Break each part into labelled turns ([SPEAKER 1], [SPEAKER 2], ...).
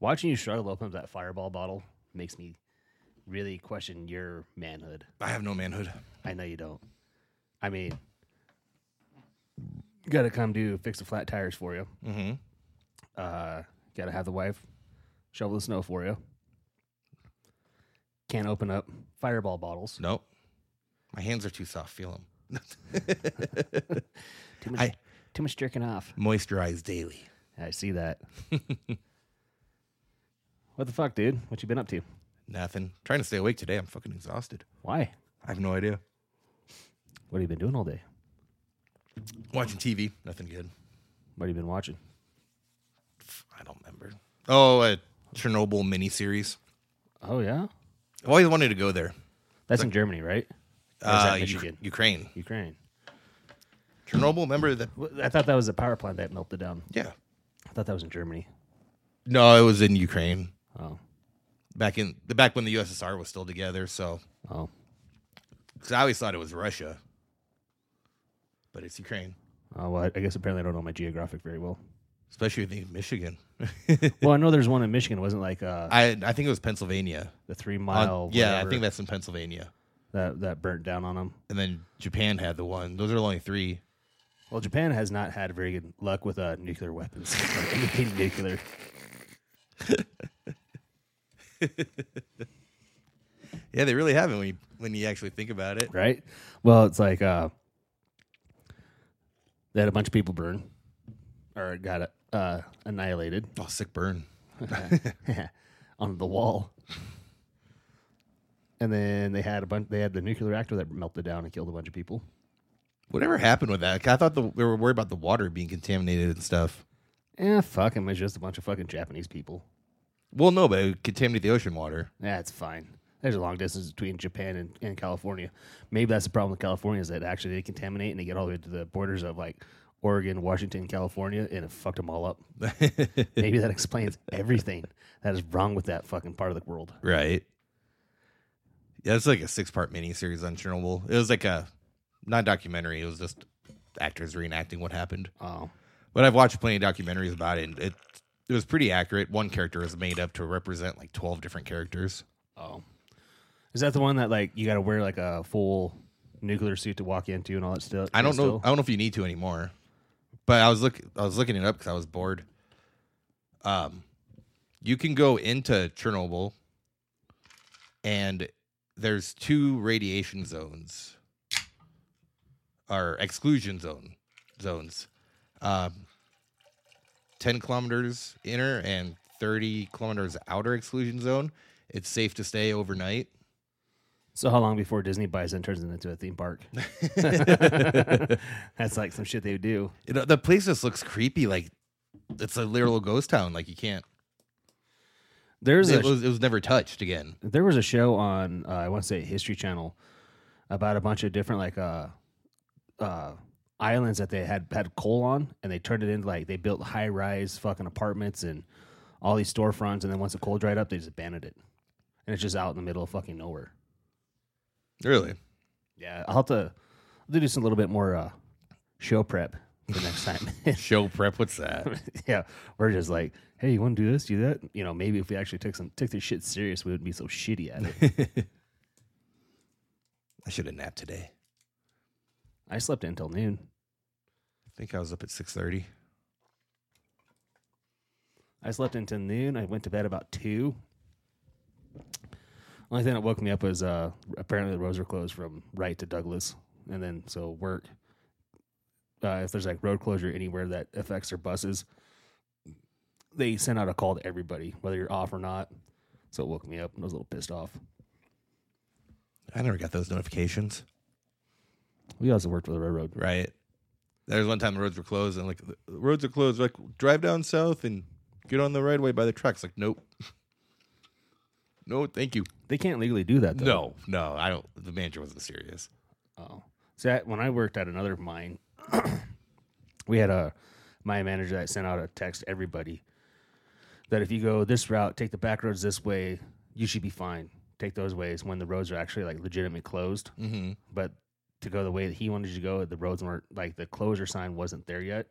[SPEAKER 1] Watching you struggle to open up that fireball bottle makes me really question your manhood.
[SPEAKER 2] I have no manhood.
[SPEAKER 1] I know you don't. I mean, gotta come do fix the flat tires for you.
[SPEAKER 2] Mm-hmm.
[SPEAKER 1] Uh, gotta have the wife shovel the snow for you. Can't open up fireball bottles.
[SPEAKER 2] Nope. My hands are too soft. Feel them.
[SPEAKER 1] Too much,
[SPEAKER 2] I-
[SPEAKER 1] too much jerking off.
[SPEAKER 2] Moisturize daily.
[SPEAKER 1] I see that. what the fuck, dude? What you been up to?
[SPEAKER 2] Nothing. Trying to stay awake today. I'm fucking exhausted.
[SPEAKER 1] Why?
[SPEAKER 2] I have no idea.
[SPEAKER 1] What have you been doing all day?
[SPEAKER 2] Watching TV. Nothing good.
[SPEAKER 1] What have you been watching?
[SPEAKER 2] I don't remember. Oh, a Chernobyl miniseries.
[SPEAKER 1] Oh yeah,
[SPEAKER 2] I've always wanted to go there.
[SPEAKER 1] that's in Germany, right? Or is
[SPEAKER 2] Uh,
[SPEAKER 1] that
[SPEAKER 2] Uk-
[SPEAKER 1] Michigan,
[SPEAKER 2] Ukraine.
[SPEAKER 1] Ukraine.
[SPEAKER 2] Chernobyl. Remember that?
[SPEAKER 1] Wh- I thought that was a power plant that melted down.
[SPEAKER 2] Yeah.
[SPEAKER 1] I thought that was in Germany.
[SPEAKER 2] No, it was in Ukraine
[SPEAKER 1] Oh,
[SPEAKER 2] back in the back when the USSR was still together. So,
[SPEAKER 1] oh,
[SPEAKER 2] because I always thought it was Russia, but it's Ukraine,
[SPEAKER 1] oh. Well, I- I guess apparently I don't know my geographic very well.
[SPEAKER 2] especially in Michigan.
[SPEAKER 1] well, I know there's one in Michigan. It wasn't like uh,
[SPEAKER 2] I I think it was Pennsylvania.
[SPEAKER 1] the three
[SPEAKER 2] On-
[SPEAKER 1] mile.
[SPEAKER 2] yeah, I
[SPEAKER 1] Oh, whatever
[SPEAKER 2] think that's in Pennsylvania.
[SPEAKER 1] that that burnt down on them.
[SPEAKER 2] And then Japan had the one. Those are only three.
[SPEAKER 1] Well, Japan has not had very good luck with uh, nuclear weapons. or anything nuclear.
[SPEAKER 2] Yeah, they really haven't when you when you actually think about it.
[SPEAKER 1] right? Well, it's like uh, they had a bunch of people burn or got uh, annihilated
[SPEAKER 2] Oh, sick burn.
[SPEAKER 1] on the wall, and then they had a bunch. They had the nuclear reactor that melted down and killed a bunch of people.
[SPEAKER 2] Whatever happened with that? 'Cause I thought the, they were worried about the water being contaminated and stuff.
[SPEAKER 1] Eh, fuck 'em, It's just a bunch of fucking Japanese people.
[SPEAKER 2] Well, no, but it contaminated the ocean water.
[SPEAKER 1] That's fine. There's a long distance between Japan and, and California. Maybe that's the problem with California is that actually they contaminate and they get all the way to the borders of like Oregon, Washington, California, and it fucked them all up. Maybe that explains everything that is wrong with that fucking part of the world.
[SPEAKER 2] Right. Yeah, it's like a six part mini series on Chernobyl. It was like a not documentary, it was just actors reenacting what happened.
[SPEAKER 1] Oh,
[SPEAKER 2] But I've watched plenty of documentaries about it and it it was pretty accurate. One character was made up to represent like twelve different characters.
[SPEAKER 1] oh, is that the one that like you got to wear like a full nuclear suit to walk into and all that stuff?
[SPEAKER 2] I don't know
[SPEAKER 1] still?
[SPEAKER 2] I don't know if you need to anymore. But I was look I was looking it up because I was bored. Um you can go into Chernobyl and there's two radiation zones or exclusion zone zones um, 10 kilometers inner and 30 kilometers outer exclusion zone it's safe to stay overnight
[SPEAKER 1] So how long before Disney buys it and turns it into a theme park? That's like some shit they do.
[SPEAKER 2] it, the place just looks creepy like it's a literal ghost town like you can't
[SPEAKER 1] There's a
[SPEAKER 2] it was, it was never touched again
[SPEAKER 1] there was a show on uh, I want to say History Channel about a bunch of different like uh uh islands that they had had coal on and they turned it into like they built high rise fucking apartments and all these storefronts and then once the coal dried up they just abandoned it and it's just out in the middle of fucking nowhere.
[SPEAKER 2] really
[SPEAKER 1] Yeah, I'll have to I'll do just a little bit more uh show prep for next time.
[SPEAKER 2] show prep what's that
[SPEAKER 1] yeah, we're just like, hey, you want to do this, do that? You know, maybe if we actually took some took this shit serious, we wouldn't be so shitty at it.
[SPEAKER 2] i should have napped today i
[SPEAKER 1] I slept until noon.
[SPEAKER 2] think i was up at 6.30
[SPEAKER 1] I slept until noon. I went to bed about two. Only thing that woke me up was uh, apparently the roads were closed from Wright to Douglas, and then so work. Uh, if there's like road closure anywhere that affects their buses, they send out a call to everybody, whether you're off or not. So it woke me up and I was a little pissed off.
[SPEAKER 2] i never got those notifications
[SPEAKER 1] We also worked for the railroad.
[SPEAKER 2] right there was one time the roads were closed and like the roads are closed like drive down south and get on the right way by the tracks like nope no thank you
[SPEAKER 1] They can't legally do that though.
[SPEAKER 2] no no i don't the manager wasn't serious
[SPEAKER 1] Oh, see, I, when I worked at another mine, we had a mine manager that sent out a text to everybody that if you go this route, take the back roads this way, you should be fine. Take those ways when the roads are actually like legitimately closed.
[SPEAKER 2] mm-hmm.
[SPEAKER 1] But to go the way that he wanted you to go, the roads weren't like the closure sign wasn't there yet,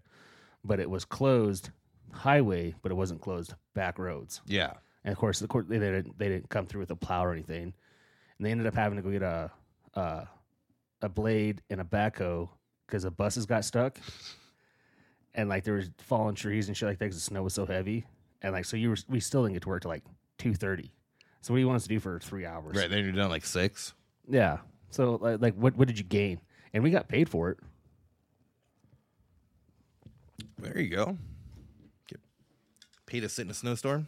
[SPEAKER 1] but it was closed highway, but it wasn't closed back roads.
[SPEAKER 2] Yeah.
[SPEAKER 1] And of course, the court they didn't they didn't come through with a plow or anything, and they ended up having to go get a a, a blade and a backhoe because the buses got stuck, and like there was fallen trees and shit like that because the snow was so heavy, and like so you were we still didn't get to work till like two thirty. So what do you want us to do for three hours?
[SPEAKER 2] Right. Then you're done like six.
[SPEAKER 1] Yeah. So like, like what what did you gain? And we got paid for it.
[SPEAKER 2] There you go. Get paid to sit in a snowstorm?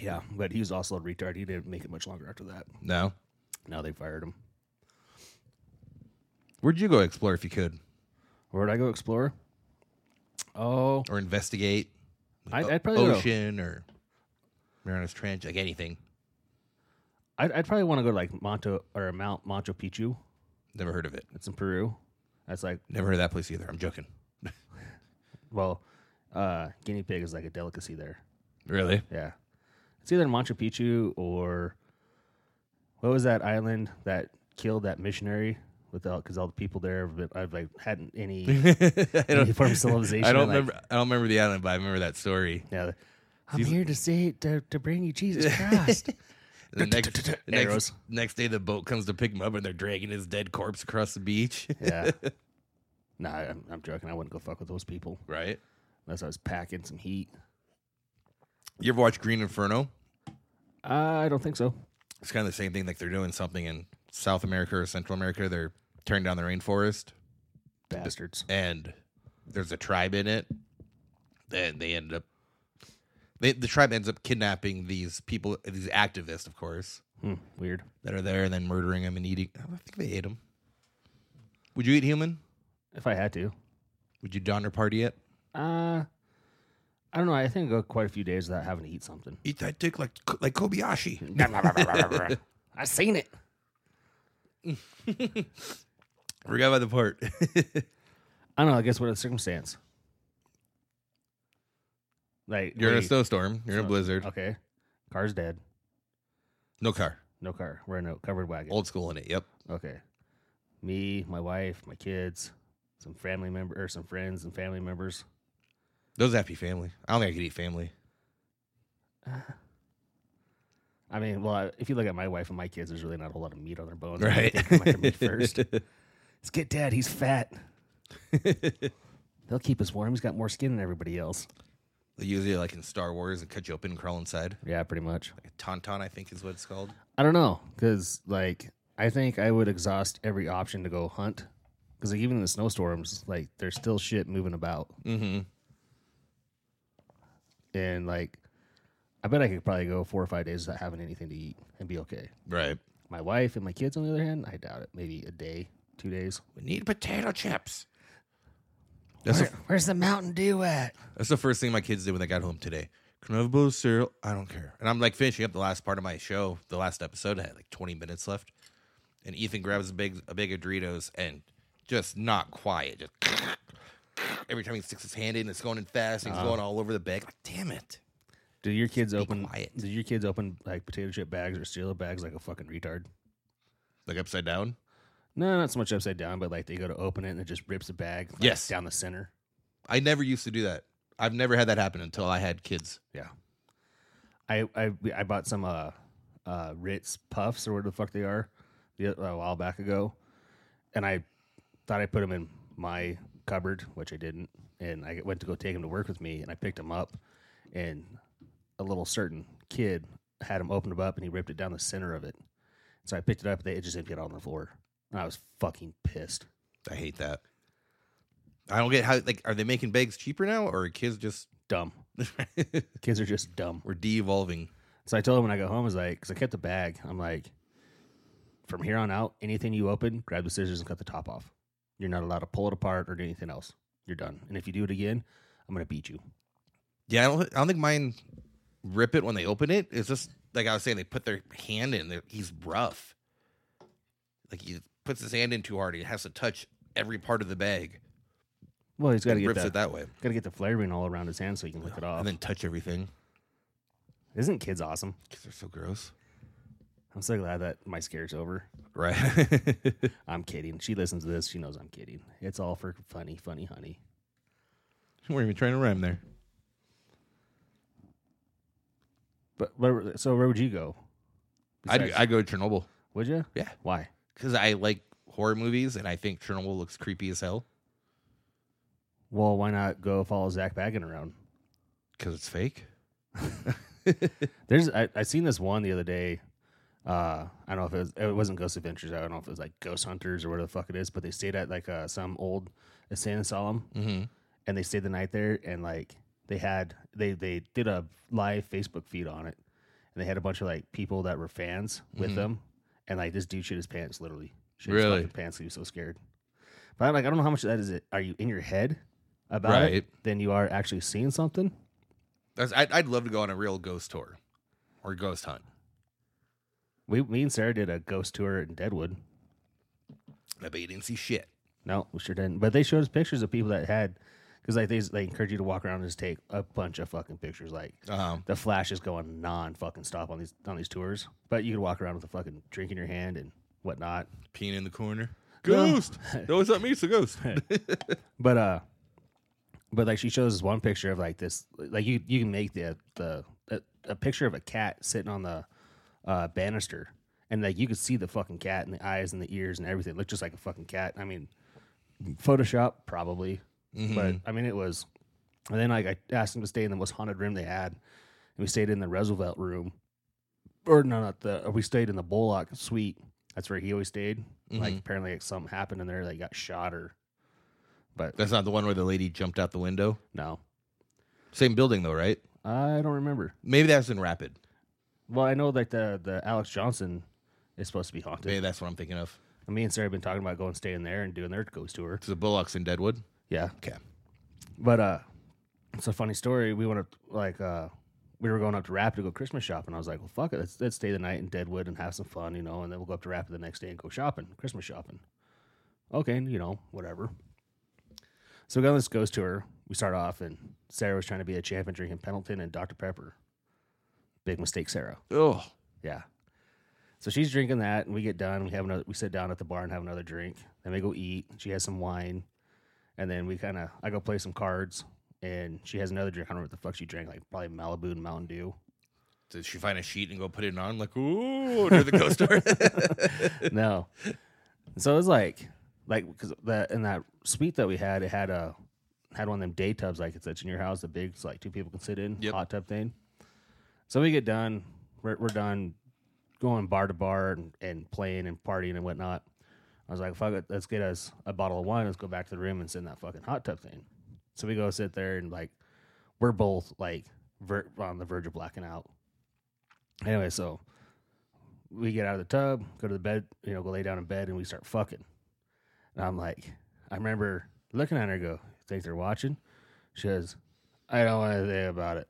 [SPEAKER 1] Yeah, but he was also a retard. He didn't make it much longer after that.
[SPEAKER 2] No.
[SPEAKER 1] Now they fired him.
[SPEAKER 2] Where'd you go explore if you could?
[SPEAKER 1] Where'd I go explore? Oh,
[SPEAKER 2] Or investigate?
[SPEAKER 1] I'd,
[SPEAKER 2] O-
[SPEAKER 1] I'd probably go-
[SPEAKER 2] ocean or Mariana's Trench, like anything.
[SPEAKER 1] I'd, I'd probably want to go to like Monto or Mount Machu Picchu.
[SPEAKER 2] Never heard of it.
[SPEAKER 1] That's in Peru. That's like
[SPEAKER 2] Never heard of that place either. I'm joking.
[SPEAKER 1] well, uh, guinea pig is like a delicacy there.
[SPEAKER 2] Really?
[SPEAKER 1] Yeah, it's either Machu Picchu or what was that island that killed that missionary with because all the people there have been, I've like hadn't any
[SPEAKER 2] I
[SPEAKER 1] any
[SPEAKER 2] don't,
[SPEAKER 1] form of civilization.
[SPEAKER 2] I don't
[SPEAKER 1] like,
[SPEAKER 2] remember. I don't remember the island, but I remember that story.
[SPEAKER 1] Yeah. I'm here to say to, to bring you Jesus Christ.
[SPEAKER 2] The next, the
[SPEAKER 1] Arrows.
[SPEAKER 2] next, next day, the boat comes to pick him up, and they're dragging his dead corpse across the beach.
[SPEAKER 1] yeah. Nah, I'm, I'm joking. I wouldn't go fuck with those people
[SPEAKER 2] right?
[SPEAKER 1] unless I was packing some heat.
[SPEAKER 2] You ever watch Green Inferno?
[SPEAKER 1] I don't think so.
[SPEAKER 2] It's kind of the same thing. Like they're doing something in South America or Central America. They're tearing down the rainforest,
[SPEAKER 1] Bastards.
[SPEAKER 2] and there's a tribe in it. Then they end up. They, the tribe ends up kidnapping these people, these activists, of course,
[SPEAKER 1] Hmm, weird.
[SPEAKER 2] that are there, and then murdering them and eating. I think they ate them. Would you eat human?
[SPEAKER 1] If I had to.
[SPEAKER 2] Would you Donner party it?
[SPEAKER 1] Uh, I don't know. I think I go quite a few days without having to eat something.
[SPEAKER 2] Eat that dick like like Kobayashi.
[SPEAKER 1] I seen it.
[SPEAKER 2] Forgot about the part.
[SPEAKER 1] I don't know. I guess what a circumstance. Like
[SPEAKER 2] You're in a
[SPEAKER 1] wait,
[SPEAKER 2] snowstorm. You're in a blizzard.
[SPEAKER 1] Okay. Car's dead.
[SPEAKER 2] No car.
[SPEAKER 1] No car. We're in a covered wagon.
[SPEAKER 2] Old school in it. Yep.
[SPEAKER 1] Okay. Me, my wife, my kids, some family member or some friends and family members.
[SPEAKER 2] Those have to be family. I don't think I could eat family.
[SPEAKER 1] I mean, well, I- if you look at my wife and my kids, there's really not a whole lot of meat on their bones.
[SPEAKER 2] Right.
[SPEAKER 1] I think I'm after meat first. Let's get dad. He's fat. They'll keep us warm. He's got more skin than everybody else.
[SPEAKER 2] They usually like in Star Wars and cut you open and crawl inside.
[SPEAKER 1] Yeah, pretty much.
[SPEAKER 2] Like a tauntaun, I think is what it's called.
[SPEAKER 1] I don't know, because like I think I would exhaust every option to go hunt, because like even in the snowstorms, like there's still shit moving about,
[SPEAKER 2] Mm-hmm.
[SPEAKER 1] and like I bet I could probably go four or five days without having anything to eat and be okay.
[SPEAKER 2] Right.
[SPEAKER 1] My wife and my kids, on the other hand, I doubt it. Maybe a day, two days.
[SPEAKER 2] We need potato chips. That's the,
[SPEAKER 1] where's the Mountain Dew at?
[SPEAKER 2] that's the first thing my kids did when they got home today. Can I have a bowl of cereal? I don't care. And I'm like finishing up the last part of my show, the last episode. I had like 20 minutes left. And Ethan grabs a big a bag of Doritos and just not quiet. Just every time he sticks his hand in, it's going in fast. And he's going all over the bag. Like, damn it.
[SPEAKER 1] Do your kids open?
[SPEAKER 2] quiet.
[SPEAKER 1] Do your kids open like potato chip bags or cereal bags like a fucking retard?
[SPEAKER 2] Like upside down?
[SPEAKER 1] No, not so much upside down, but like they go to open it and it just rips the bag. like,
[SPEAKER 2] Yes.
[SPEAKER 1] down the center.
[SPEAKER 2] I never used to do that. I've never had that happen until I had kids.
[SPEAKER 1] Yeah. I I I bought some uh uh Ritz puffs or whatever the fuck they are the, oth- a while back ago, and I thought I put them in my cupboard, which I didn't, and I went to go take them to work with me, and I picked them up, and a little certain kid had him open them up, and he ripped it down the center of it. So I picked it up, they it just emptied out on the floor, and I was fucking pissed.
[SPEAKER 2] I hate that. I don't get how like are they making bags cheaper now or are kids just
[SPEAKER 1] Dumb. Kids are just dumb.
[SPEAKER 2] we're de-evolving?
[SPEAKER 1] So I told him when I got home, I was like, because I kept the bag. I'm like, from here on out, anything you open, grab the scissors and cut the top off. You're not allowed to pull it apart or do anything else. You're done. And if you do it again, I'm gonna beat you.
[SPEAKER 2] Yeah, I don't I don't think mine rip it when they open it. It's just like I was saying, they put their hand in. they're- He's rough. Like he puts his hand in too hard. He has to touch every part of the bag.
[SPEAKER 1] Well, he's got to
[SPEAKER 2] He
[SPEAKER 1] get
[SPEAKER 2] rips
[SPEAKER 1] the,
[SPEAKER 2] it that way,
[SPEAKER 1] gotta get the flavoring all around his hand so he can lick it off.
[SPEAKER 2] and then touch everything.
[SPEAKER 1] Isn't kids awesome?
[SPEAKER 2] Kids are so gross,
[SPEAKER 1] I'm so glad that my scare's over.
[SPEAKER 2] right?
[SPEAKER 1] I'm kidding. She listens to this. She knows I'm kidding. It's all for funny, funny, honey.
[SPEAKER 2] We're even trying to rhyme there.
[SPEAKER 1] But, but so where would you go?
[SPEAKER 2] I'd,
[SPEAKER 1] Besides-
[SPEAKER 2] I'd go to Chernobyl
[SPEAKER 1] would you?
[SPEAKER 2] Yeah.
[SPEAKER 1] Why?
[SPEAKER 2] because I like horror movies and I think Chernobyl looks creepy as hell
[SPEAKER 1] Well, why not go follow Zach Baggin around?
[SPEAKER 2] because it's fake.
[SPEAKER 1] There's I, I seen this one the other day. Uh, I don't know if it was it wasn't Ghost Adventures. I don't know if it was like Ghost Hunters or whatever the fuck it is. But they stayed at like uh, some old insane asylum,
[SPEAKER 2] Mm-hmm.
[SPEAKER 1] and they stayed the night there. And like they had they they did a live Facebook feed on it, and they had a bunch of like people that were fans with them. And like this dude shit his pants literally. Shit his
[SPEAKER 2] Mm-hmm. Really?
[SPEAKER 1] fucking pants. 'cause He was so scared. But I'm like I don't know how much of that is. It are you in your head about it?
[SPEAKER 2] Right.
[SPEAKER 1] Then you are actually seeing something.
[SPEAKER 2] That's, I'd, I'd love to go on a real ghost tour or ghost hunt.
[SPEAKER 1] We me and Sarah did a ghost tour in Deadwood.
[SPEAKER 2] I bet you didn't see shit.
[SPEAKER 1] No, we sure didn't. But they showed us pictures of people that had, because like they they encourage you to walk around and just take a bunch of fucking pictures. Like
[SPEAKER 2] Um,
[SPEAKER 1] the flash is going non fucking stop on these on these tours. But you could walk around with a fucking drink in your hand and whatnot.
[SPEAKER 2] peeing in the corner.
[SPEAKER 1] No.
[SPEAKER 2] Ghost. no, it's not me. It's a ghost.
[SPEAKER 1] But uh, but like she shows us one picture of like this, like you you can make the the a, a picture of a cat sitting on the uh, banister, and like you could see the fucking cat and the eyes and the ears and everything. It looked just like a fucking cat. I mean, Photoshop probably,
[SPEAKER 2] Mm-hmm.
[SPEAKER 1] but I mean it was. And then like I asked them to stay in the most haunted room they had, and we stayed in the Roosevelt room, or no, not the. We stayed in the Bullock suite. That's where he always stayed. Like apparently, like, something happened in there. They got shot or, but
[SPEAKER 2] That's not the one where the lady jumped out the window.
[SPEAKER 1] no,
[SPEAKER 2] Same building though, right?
[SPEAKER 1] I don't remember.
[SPEAKER 2] Maybe that's in Rapid.
[SPEAKER 1] Well, I know like the the Alex Johnson is supposed to be haunted.
[SPEAKER 2] Maybe that's what I'm thinking of.
[SPEAKER 1] And me and Sarah have been talking about going staying there and doing their ghost tour.
[SPEAKER 2] It's the Bullocks in Deadwood.
[SPEAKER 1] Yeah,
[SPEAKER 2] Okay.
[SPEAKER 1] but uh, it's a funny story. We went up like uh, we were going up to Rapid to go Christmas shopping. I was like, well, fuck it, let's, let's stay the night in Deadwood and have some fun, you know, and then we'll go up to Rapid the next day and go shopping, Christmas shopping. Okay, you know, whatever. So we got on this ghost tour. We start off, and Sarah was trying to be a champion drinking Pendleton and Dr Pepper. Big mistake, Sarah.
[SPEAKER 2] Oh,
[SPEAKER 1] Yeah. So she's drinking that, and we get done. We have another. We sit down at the bar and have another drink. Then we go eat. She has some wine, and then we kind of I go play some cards, and she has another drink. I don't know what the fuck she drank, like probably Malibu and Mountain Dew.
[SPEAKER 2] did she find a sheet and go put it on? Like, ooh, near the ghost store.
[SPEAKER 1] no. So it was like, like because that in that suite that we had, it had a had one of them day tubs like it's, it's in your house, the big, so like two people can sit in,
[SPEAKER 2] Yep.
[SPEAKER 1] hot tub thing. So we get done, we're, we're done going bar to bar and, and playing and partying and whatnot. I was like, fuck it, let's get us a bottle of wine. Let's go back to the room and sit in that fucking hot tub thing. So we go sit there and like, we're both like ver- on the verge of blacking out. Anyway, so we get out of the tub, go to the bed, you know, go lay down in bed, and we start fucking. And I'm like, I remember looking at her, and go, think they're watching? She goes, I don't want to think about it.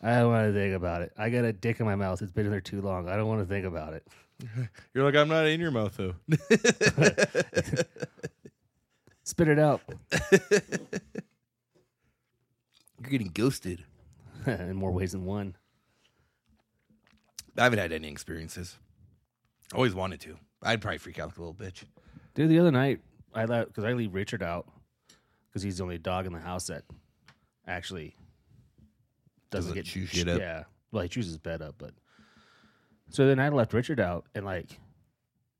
[SPEAKER 1] I don't want to think about it. I got a dick in my mouth. It's been in there too long. I don't want to think about it.
[SPEAKER 2] You're like, I'm not in your mouth though.
[SPEAKER 1] Spit it out.
[SPEAKER 2] You're getting ghosted.
[SPEAKER 1] in more ways than one.
[SPEAKER 2] I haven't had any experiences. Always wanted to. I'd probably freak out like a little bitch.
[SPEAKER 1] Dude, the other night, I let because I leave Richard out because he's the only dog in the house that actually doesn't,
[SPEAKER 2] Doesn't
[SPEAKER 1] get
[SPEAKER 2] chew shit up.
[SPEAKER 1] Yeah, well, he chews his bed up, but so then I left Richard out, and like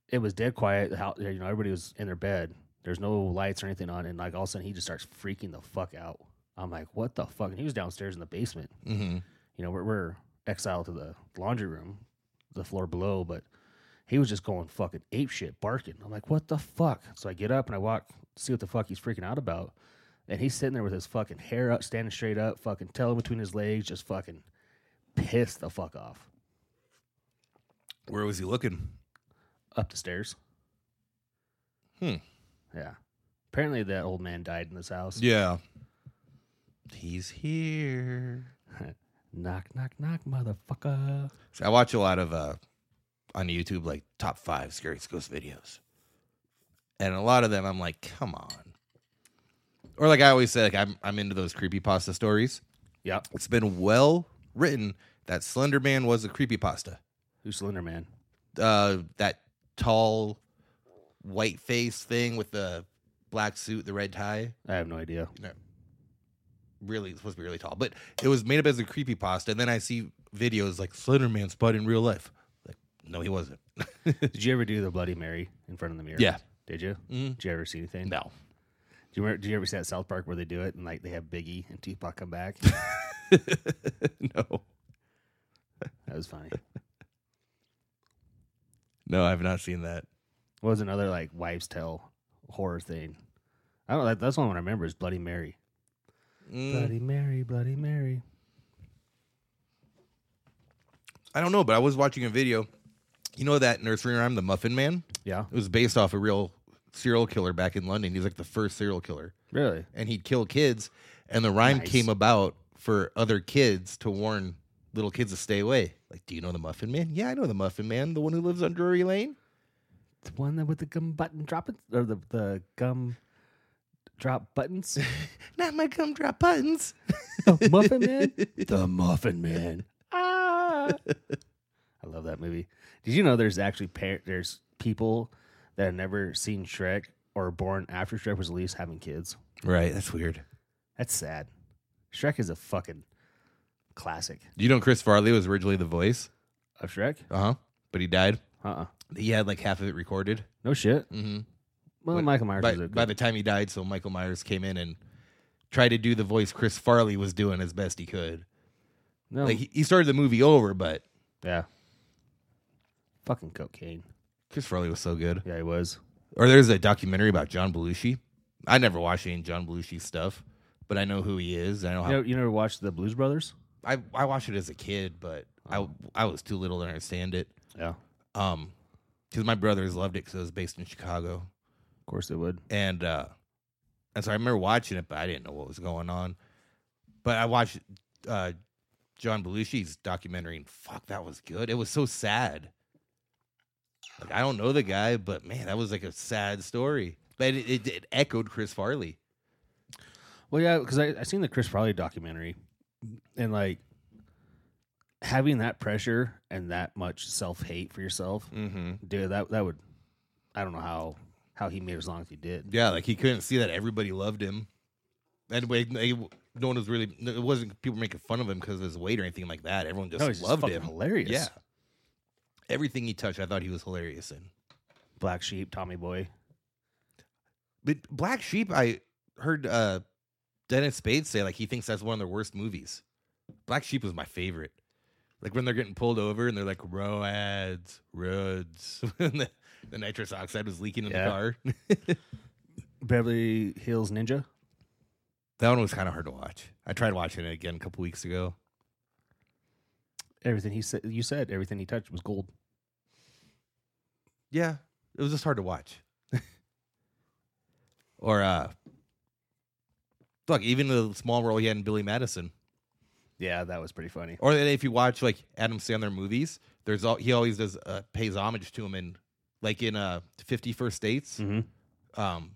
[SPEAKER 1] it was dead quiet. The house, you know, everybody was in their bed. There's no lights or anything on, and like all of a sudden he just starts freaking the fuck out. I'm like, what the fuck? And he was downstairs in the basement.
[SPEAKER 2] Mm-hmm.
[SPEAKER 1] You know, we're, we're exiled to the laundry room, the floor below, but he was just going fucking ape shit, barking. I'm like, what the fuck? So I get up and I walk, see what the fuck he's freaking out about. And he's sitting there with his fucking hair up, standing straight up, fucking tail between his legs, just fucking pissed the fuck off.
[SPEAKER 2] Where was he looking?
[SPEAKER 1] Up the stairs.
[SPEAKER 2] Hmm.
[SPEAKER 1] Yeah. Apparently that old man died in this house.
[SPEAKER 2] Yeah. He's here.
[SPEAKER 1] Knock, knock, knock, motherfucker.
[SPEAKER 2] So I watch a lot of uh on YouTube like top five scariest ghost videos. And a lot of them I'm like, come on. Or like I always say, like I'm I'm into those creepypasta stories.
[SPEAKER 1] Yep.
[SPEAKER 2] It's been well written that Slender Man was a creepypasta.
[SPEAKER 1] Who's Slender Man?
[SPEAKER 2] Uh that tall white face thing with the black suit, the red tie.
[SPEAKER 1] I have no idea.
[SPEAKER 2] really supposed to be really tall, but it was made up as a creepy pasta. And then I see videos like Slenderman spud in real life. Like, no, he wasn't.
[SPEAKER 1] Did you ever do the Bloody Mary in front of the mirror?
[SPEAKER 2] Yeah.
[SPEAKER 1] Did you? Did you ever see anything?
[SPEAKER 2] no.
[SPEAKER 1] Do you remember, do you ever see that South Park where they do it and like they have Biggie and Tupac come back?
[SPEAKER 2] no.
[SPEAKER 1] that was funny.
[SPEAKER 2] No, I have not seen that.
[SPEAKER 1] What was another like wives tale horror thing? I don't. That, that's the one I remember is Bloody Mary.
[SPEAKER 2] Mm,
[SPEAKER 1] Bloody Mary, Bloody Mary.
[SPEAKER 2] I don't know, but I was watching a video. You know that nursery rhyme, The Muffin Man?
[SPEAKER 1] Yeah.
[SPEAKER 2] It was based off a real serial killer back in London. He was like the first serial killer.
[SPEAKER 1] Really?
[SPEAKER 2] and he'd kill kids. And the rhyme
[SPEAKER 1] Nice.
[SPEAKER 2] came about for other kids to warn little kids to stay away. Like, do you know the Muffin Man? Yeah, I know the Muffin Man, the one who lives on Drury Lane.
[SPEAKER 1] The one that with the gum button dropping or the the gum drop buttons.
[SPEAKER 2] Not my gumdrop buttons.
[SPEAKER 1] the Muffin Man. The Muffin Man. Ah. I love that movie. Did you know there's actually par- there's people that have never seen Shrek or born after Shrek was released having kids.
[SPEAKER 2] Right, that's weird.
[SPEAKER 1] That's sad. Shrek is a fucking classic
[SPEAKER 2] You know, Chris Farley was originally the voice.
[SPEAKER 1] of Shrek.
[SPEAKER 2] Uh huh. But he died.
[SPEAKER 1] Uh uh
[SPEAKER 2] He had like half of it recorded.
[SPEAKER 1] No shit.
[SPEAKER 2] Mm-hmm.
[SPEAKER 1] Well,
[SPEAKER 2] But-
[SPEAKER 1] Michael Myers
[SPEAKER 2] By,
[SPEAKER 1] was a
[SPEAKER 2] by
[SPEAKER 1] good.
[SPEAKER 2] the time he died, so Michael Myers came in and tried to do the voice Chris Farley was doing as best he could.
[SPEAKER 1] No,
[SPEAKER 2] Like, he, he started the movie over, but
[SPEAKER 1] yeah. Fucking cocaine.
[SPEAKER 2] Chris Farley was so good.
[SPEAKER 1] Yeah, he was.
[SPEAKER 2] or there's a documentary about John Belushi. I never watched any John Belushi stuff, but I know who he is. I know how
[SPEAKER 1] You, know, you never watched the Blues Brothers?
[SPEAKER 2] I, I watched it as a kid, but I I was too little to understand it.
[SPEAKER 1] Yeah, of
[SPEAKER 2] Um, because my brothers loved it because it was based in Chicago,
[SPEAKER 1] course they would.
[SPEAKER 2] and uh, and so I remember watching it, but I didn't know what was going on. But I watched uh, John Belushi's documentary, and fuck, that was good. It was so sad. Like I don't know the guy, but man, that was like a sad story. But it, it, it echoed Chris Farley.
[SPEAKER 1] Well, yeah, because I I seen the Chris Farley documentary, and like having that pressure and that much self hate for yourself,
[SPEAKER 2] Mm-hmm.
[SPEAKER 1] dude. That that would. I don't know how how he made it as long as he did.
[SPEAKER 2] Yeah, like he couldn't see that everybody loved him, and like, they- no one was really. It wasn't people making fun of him because of his weight or anything like that. Everyone just
[SPEAKER 1] No, he's just
[SPEAKER 2] loved
[SPEAKER 1] fucking
[SPEAKER 2] him.
[SPEAKER 1] hilarious.
[SPEAKER 2] Yeah, everything he touched, I thought he was hilarious in.
[SPEAKER 1] Black Sheep, Tommy Boy.
[SPEAKER 2] But Black Sheep, I heard uh Dennis Spade say like he thinks that's one of their worst movies. Black Sheep was my favorite. Like when they're getting pulled over and they're like roads, roads, and the, the nitrous oxide was leaking in
[SPEAKER 1] Yeah.
[SPEAKER 2] the car.
[SPEAKER 1] Beverly Hills Ninja.
[SPEAKER 2] that one was kind of hard to watch. I tried watching it again a couple weeks ago.
[SPEAKER 1] Everything he said, you said, everything he touched was gold.
[SPEAKER 2] Yeah, it was just hard to watch. or uh look, even the small role he had in Billy Madison.
[SPEAKER 1] Yeah, that was pretty funny.
[SPEAKER 2] Or if you watch like Adam Sandler movies, there's all he always does uh, pays homage to him in like in uh Fifty First Dates,
[SPEAKER 1] Mm-hmm.
[SPEAKER 2] um,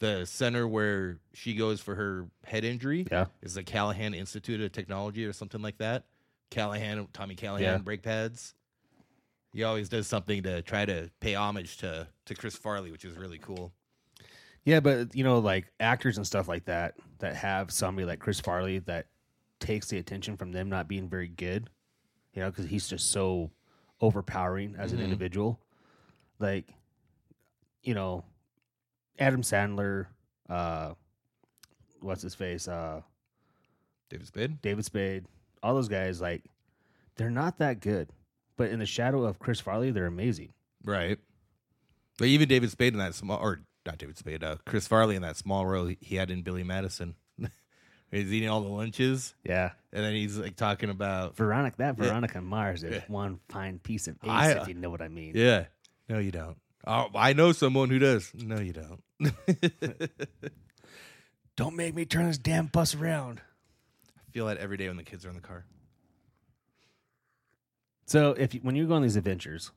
[SPEAKER 2] the center where she goes for her head injury
[SPEAKER 1] Yeah.
[SPEAKER 2] is the Callahan Institute of Technology or something like that. Callahan, Tommy Callahan
[SPEAKER 1] Yeah.
[SPEAKER 2] brake pads. He always does something to try to pay homage to to Chris Farley, which is really cool.
[SPEAKER 1] Yeah, but you know, like actors and stuff like that that have somebody like Chris Farley that takes the attention from them not being very good, you know, because he's just so overpowering as an
[SPEAKER 2] Mhm.
[SPEAKER 1] individual. Like, you know, Adam Sandler, uh, what's his face, uh,
[SPEAKER 2] David Spade.
[SPEAKER 1] David Spade, all those guys, like, they're not that good, but in the shadow of Chris Farley, they're amazing.
[SPEAKER 2] Right. But even David Spade in that small, or not David Spade, uh, Chris Farley in that small role he- he had in Billy Madison. he's eating all the lunches,
[SPEAKER 1] Yeah,
[SPEAKER 2] and then he's like talking about,
[SPEAKER 1] Veronica, that
[SPEAKER 2] Yeah.
[SPEAKER 1] Veronica Mars is
[SPEAKER 2] Yeah.
[SPEAKER 1] one fine piece of ace,
[SPEAKER 2] I, uh,
[SPEAKER 1] if you know what I mean.
[SPEAKER 2] yeah, no, you don't. Oh, I know someone who does. No, you don't.
[SPEAKER 1] Don't make me turn this damn bus around.
[SPEAKER 2] I feel that every day when the kids are in the car.
[SPEAKER 1] So, if you, when you go on these adventures,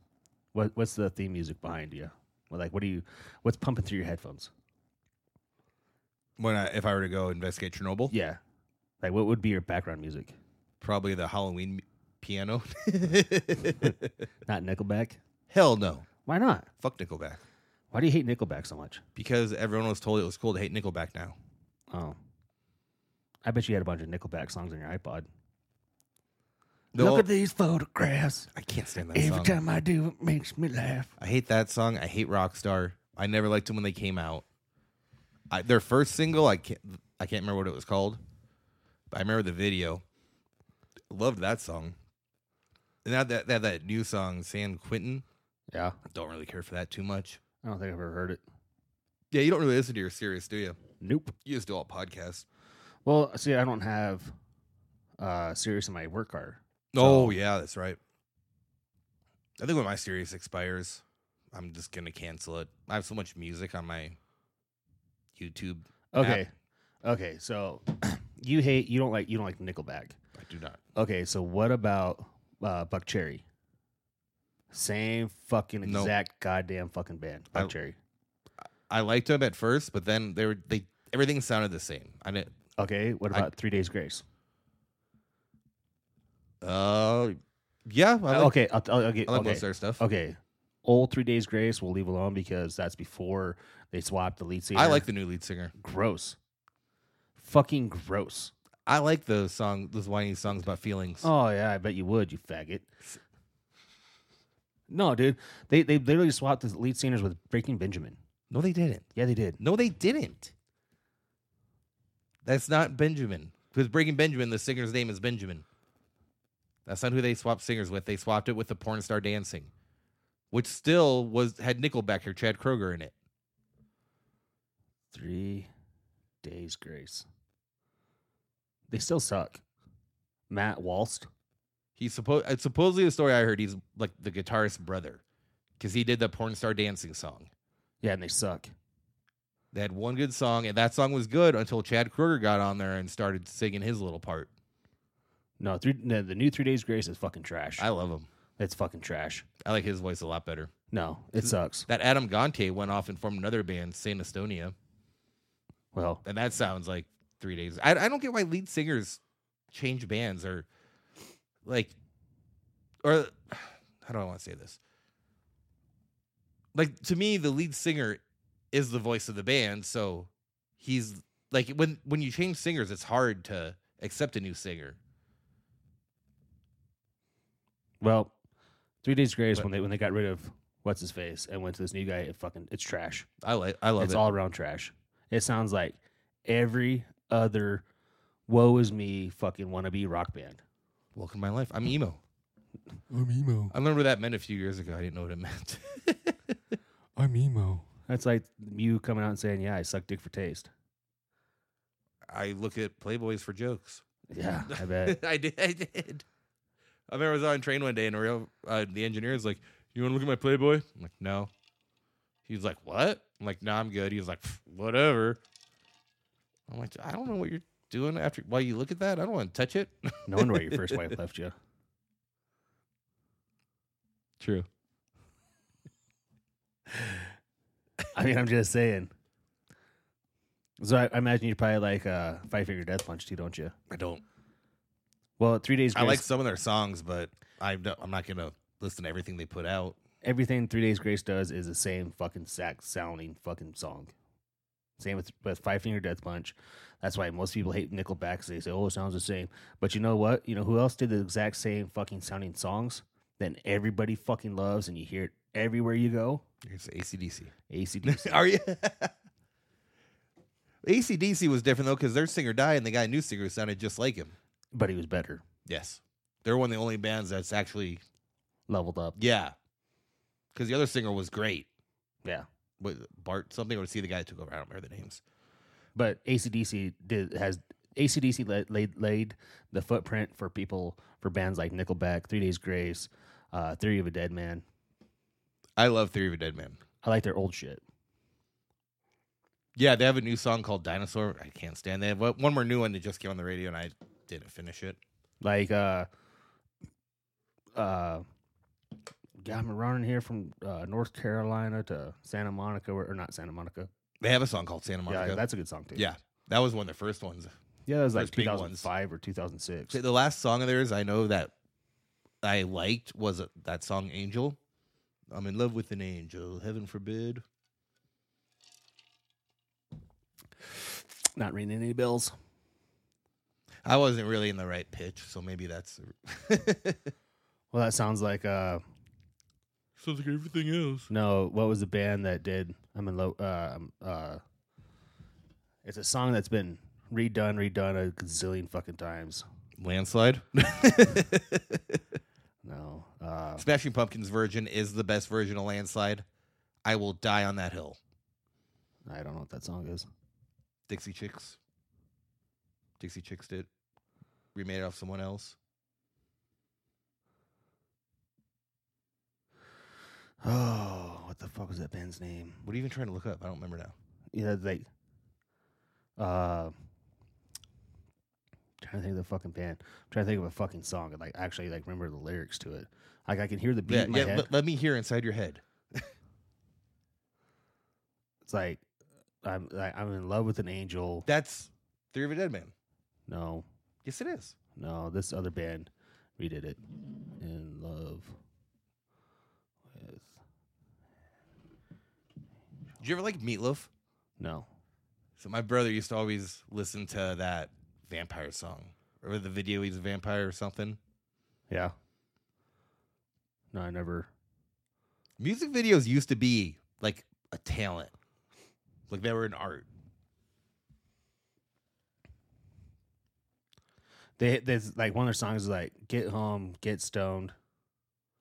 [SPEAKER 1] what, what's the theme music behind you? Well, like, what do you? What's pumping through your headphones?
[SPEAKER 2] When I, if I were to go investigate Chernobyl,
[SPEAKER 1] Yeah, like what would be your background music?
[SPEAKER 2] probably the Halloween m- piano.
[SPEAKER 1] Not Nickelback.
[SPEAKER 2] Hell no,
[SPEAKER 1] Why not?
[SPEAKER 2] fuck Nickelback.
[SPEAKER 1] Why do you hate Nickelback so much?
[SPEAKER 2] Because everyone was told it was cool to hate Nickelback now.
[SPEAKER 1] Oh, I bet you had a bunch of Nickelback songs on your iPod.
[SPEAKER 2] The
[SPEAKER 1] Look
[SPEAKER 2] old-
[SPEAKER 1] at these photographs.
[SPEAKER 2] I can't stand that
[SPEAKER 1] Every
[SPEAKER 2] song.
[SPEAKER 1] time I do, it makes me laugh.
[SPEAKER 2] I hate that song. I hate Rockstar. I never liked them when they came out. I, their first single, I can't, I can't remember what it was called, but I remember the video. Loved that song. And now that that that new song, San Quentin,
[SPEAKER 1] Yeah,
[SPEAKER 2] don't really care for that too much.
[SPEAKER 1] I don't think I've ever heard it.
[SPEAKER 2] Yeah, you don't really listen to your serious, do you?
[SPEAKER 1] Nope.
[SPEAKER 2] You just do all podcasts.
[SPEAKER 1] Well, see, I don't have uh Sirius in my work car.
[SPEAKER 2] oh yeah, that's right. I think when my serious expires, I'm just gonna cancel it. I have so much music on my YouTube.
[SPEAKER 1] Okay, okay. So you hate you don't like you don't like Nickelback.
[SPEAKER 2] I do not.
[SPEAKER 1] Okay, so what about uh, Buck Cherry? Same fucking
[SPEAKER 2] Nope.
[SPEAKER 1] exact goddamn fucking band, Buck
[SPEAKER 2] I-
[SPEAKER 1] Cherry.
[SPEAKER 2] I liked them at first, but then they were they everything sounded the same. I didn't.
[SPEAKER 1] Okay, what
[SPEAKER 2] I-
[SPEAKER 1] about Three Days Grace?
[SPEAKER 2] Uh, yeah, I like,
[SPEAKER 1] okay, I'll, I'll, I'll get-
[SPEAKER 2] I like most
[SPEAKER 1] okay.
[SPEAKER 2] of their stuff.
[SPEAKER 1] okay. Old Three Days Grace, we'll leave alone because that's before they swapped the lead singer.
[SPEAKER 2] I like the new lead singer.
[SPEAKER 1] gross, fucking gross.
[SPEAKER 2] I like those song those whiny songs about feelings.
[SPEAKER 1] Oh yeah, I bet you would, you faggot. No, dude, they they literally swapped the lead singers with Breaking Benjamin.
[SPEAKER 2] No, they didn't.
[SPEAKER 1] Yeah, they did.
[SPEAKER 2] No, they didn't. That's not Benjamin. Because Breaking Benjamin, the singer's name is Benjamin. That's not who they swapped singers with. They swapped it with the porn star dancing, which still was had Nickelback or Chad Kroger in it.
[SPEAKER 1] Three days grace. They still suck. Matt Walst.
[SPEAKER 2] He's supposed it's supposedly the story I heard he's like the guitarist's brother because he did the porn star dancing song.
[SPEAKER 1] Yeah, and they suck.
[SPEAKER 2] They had one good song, and that song was good until Chad Kroger got on there and started singing his little part.
[SPEAKER 1] No, three, no, the new Three Days Grace is fucking trash.
[SPEAKER 2] I love him.
[SPEAKER 1] It's fucking trash.
[SPEAKER 2] I like his voice a lot better.
[SPEAKER 1] No, it sucks.
[SPEAKER 2] That Adam Gante went off and formed another band, Saint Estonia,
[SPEAKER 1] Well,
[SPEAKER 2] and that sounds like three days. I, I don't get why lead singers change bands or like or how do I want to say this? Like to me, the lead singer is the voice of the band, so he's like when when you change singers, it's hard to accept a new singer.
[SPEAKER 1] well, Three Days Grace
[SPEAKER 2] But-
[SPEAKER 1] when they when they got rid of what's his face and went to this new guy, it fucking it's trash.
[SPEAKER 2] I like I love
[SPEAKER 1] it's
[SPEAKER 2] it.
[SPEAKER 1] all around trash. It sounds like every other woe is me fucking wannabe rock band.
[SPEAKER 2] Welcome to my life. I'm emo.
[SPEAKER 3] I'm emo.
[SPEAKER 2] I learned what that meant a few years ago. I didn't know what it meant.
[SPEAKER 3] I'm emo.
[SPEAKER 1] That's like you coming out and saying, "Yeah, I suck dick for taste."
[SPEAKER 2] I look at Playboys for jokes.
[SPEAKER 1] Yeah, I bet.
[SPEAKER 2] I did. I did. I remember I was on a train one day and a real, uh, the engineer is like, "You want to look at my Playboy?" I'm like, "No." He's like, "What?" I'm like, "No, I'm good." He's like, "Pff, "Whatever." I'm like, "I don't know what you're doing after while you look at that. I don't want to touch it."
[SPEAKER 1] No wonder why your first wife left you.
[SPEAKER 2] True.
[SPEAKER 1] I mean, I'm just saying. So I, I imagine you probably like uh, Five Finger Death Punch too, don't you?
[SPEAKER 2] I don't.
[SPEAKER 1] Well, Three Days
[SPEAKER 2] I
[SPEAKER 1] Grace,
[SPEAKER 2] like some of their songs, but I don't, I'm not gonna listen to everything they put out.
[SPEAKER 1] everything Three Days Grace does is the same fucking sack sounding fucking song. Same with, with Five Finger Death Punch. That's why most people hate Nickelback 'cause they say, oh, it sounds the same. But you know what? You know who else did the exact same fucking sounding songs that everybody fucking loves and you hear it everywhere you go?
[SPEAKER 2] It's ACDC.
[SPEAKER 1] ACDC.
[SPEAKER 2] Are you? ACDC was different though because their singer died and they got a new singer who sounded just like him.
[SPEAKER 1] but he was better.
[SPEAKER 2] Yes. They're one of the only bands that's actually,
[SPEAKER 1] Leveled up.
[SPEAKER 2] yeah. Because the other singer was great.
[SPEAKER 1] Yeah.
[SPEAKER 2] But Bart something, or see the guy that took over. I don't remember the names.
[SPEAKER 1] But ACDC did has ACDC laid, laid laid the footprint for people for bands like Nickelback, Three Days Grace, uh, Theory of a Dead Man.
[SPEAKER 2] I love Theory of a Dead Man.
[SPEAKER 1] I like their old shit.
[SPEAKER 2] Yeah, they have a new song called Dinosaur. I can't stand that. But one more new one that just came on the radio, and I didn't finish it.
[SPEAKER 1] Like uh uh got am running here from uh, North Carolina to Santa Monica or, or not Santa Monica.
[SPEAKER 2] They have a song called Santa Monica.
[SPEAKER 1] Yeah, that's a good song too.
[SPEAKER 2] Yeah, that was one of the first ones.
[SPEAKER 1] Yeah, that was like
[SPEAKER 2] First big ones.
[SPEAKER 1] 2005 or 2006.
[SPEAKER 2] The last song of theirs I know that I liked was uh, that song Angel. I'm in love with an angel. Heaven forbid.
[SPEAKER 1] Not ringing any bells.
[SPEAKER 2] I wasn't really in the right pitch, so maybe that's
[SPEAKER 1] Well, that sounds like uh
[SPEAKER 2] sounds like everything else.
[SPEAKER 1] no. What was the band that did? I'm in love. Uh, um, uh, it's a song that's been redone, redone a gazillion fucking times.
[SPEAKER 2] Landslide.
[SPEAKER 1] No, uh,
[SPEAKER 2] Smashing Pumpkins version is the best version of Landslide. I will die on that hill.
[SPEAKER 1] I don't know what that song is.
[SPEAKER 2] Dixie Chicks. Dixie Chicks did. Remade it off someone else.
[SPEAKER 1] Oh, what the fuck was that band's name?
[SPEAKER 2] What are you even trying to look up? I don't remember now.
[SPEAKER 1] You know, like, uh, trying to think of the fucking band. I'm trying to think of a fucking song and like actually like remember the lyrics to it. Like I can hear the beat
[SPEAKER 2] Yeah,
[SPEAKER 1] in my
[SPEAKER 2] yeah,
[SPEAKER 1] head.
[SPEAKER 2] let- let me hear inside your head.
[SPEAKER 1] It's like I'm like I'm in love with an angel.
[SPEAKER 2] That's Theory of a Dead Man.
[SPEAKER 1] No,
[SPEAKER 2] Yes, it is.
[SPEAKER 1] no, this other band redid it. In love with
[SPEAKER 2] Did you ever like Meatloaf?
[SPEAKER 1] no.
[SPEAKER 2] So my brother used to always listen to that vampire song. Or the video he's a vampire or something.
[SPEAKER 1] Yeah. No, I never.
[SPEAKER 2] Music videos used to be like a talent. Like they were an art.
[SPEAKER 1] They there's like one of their songs is like "Get Home, Get Stoned."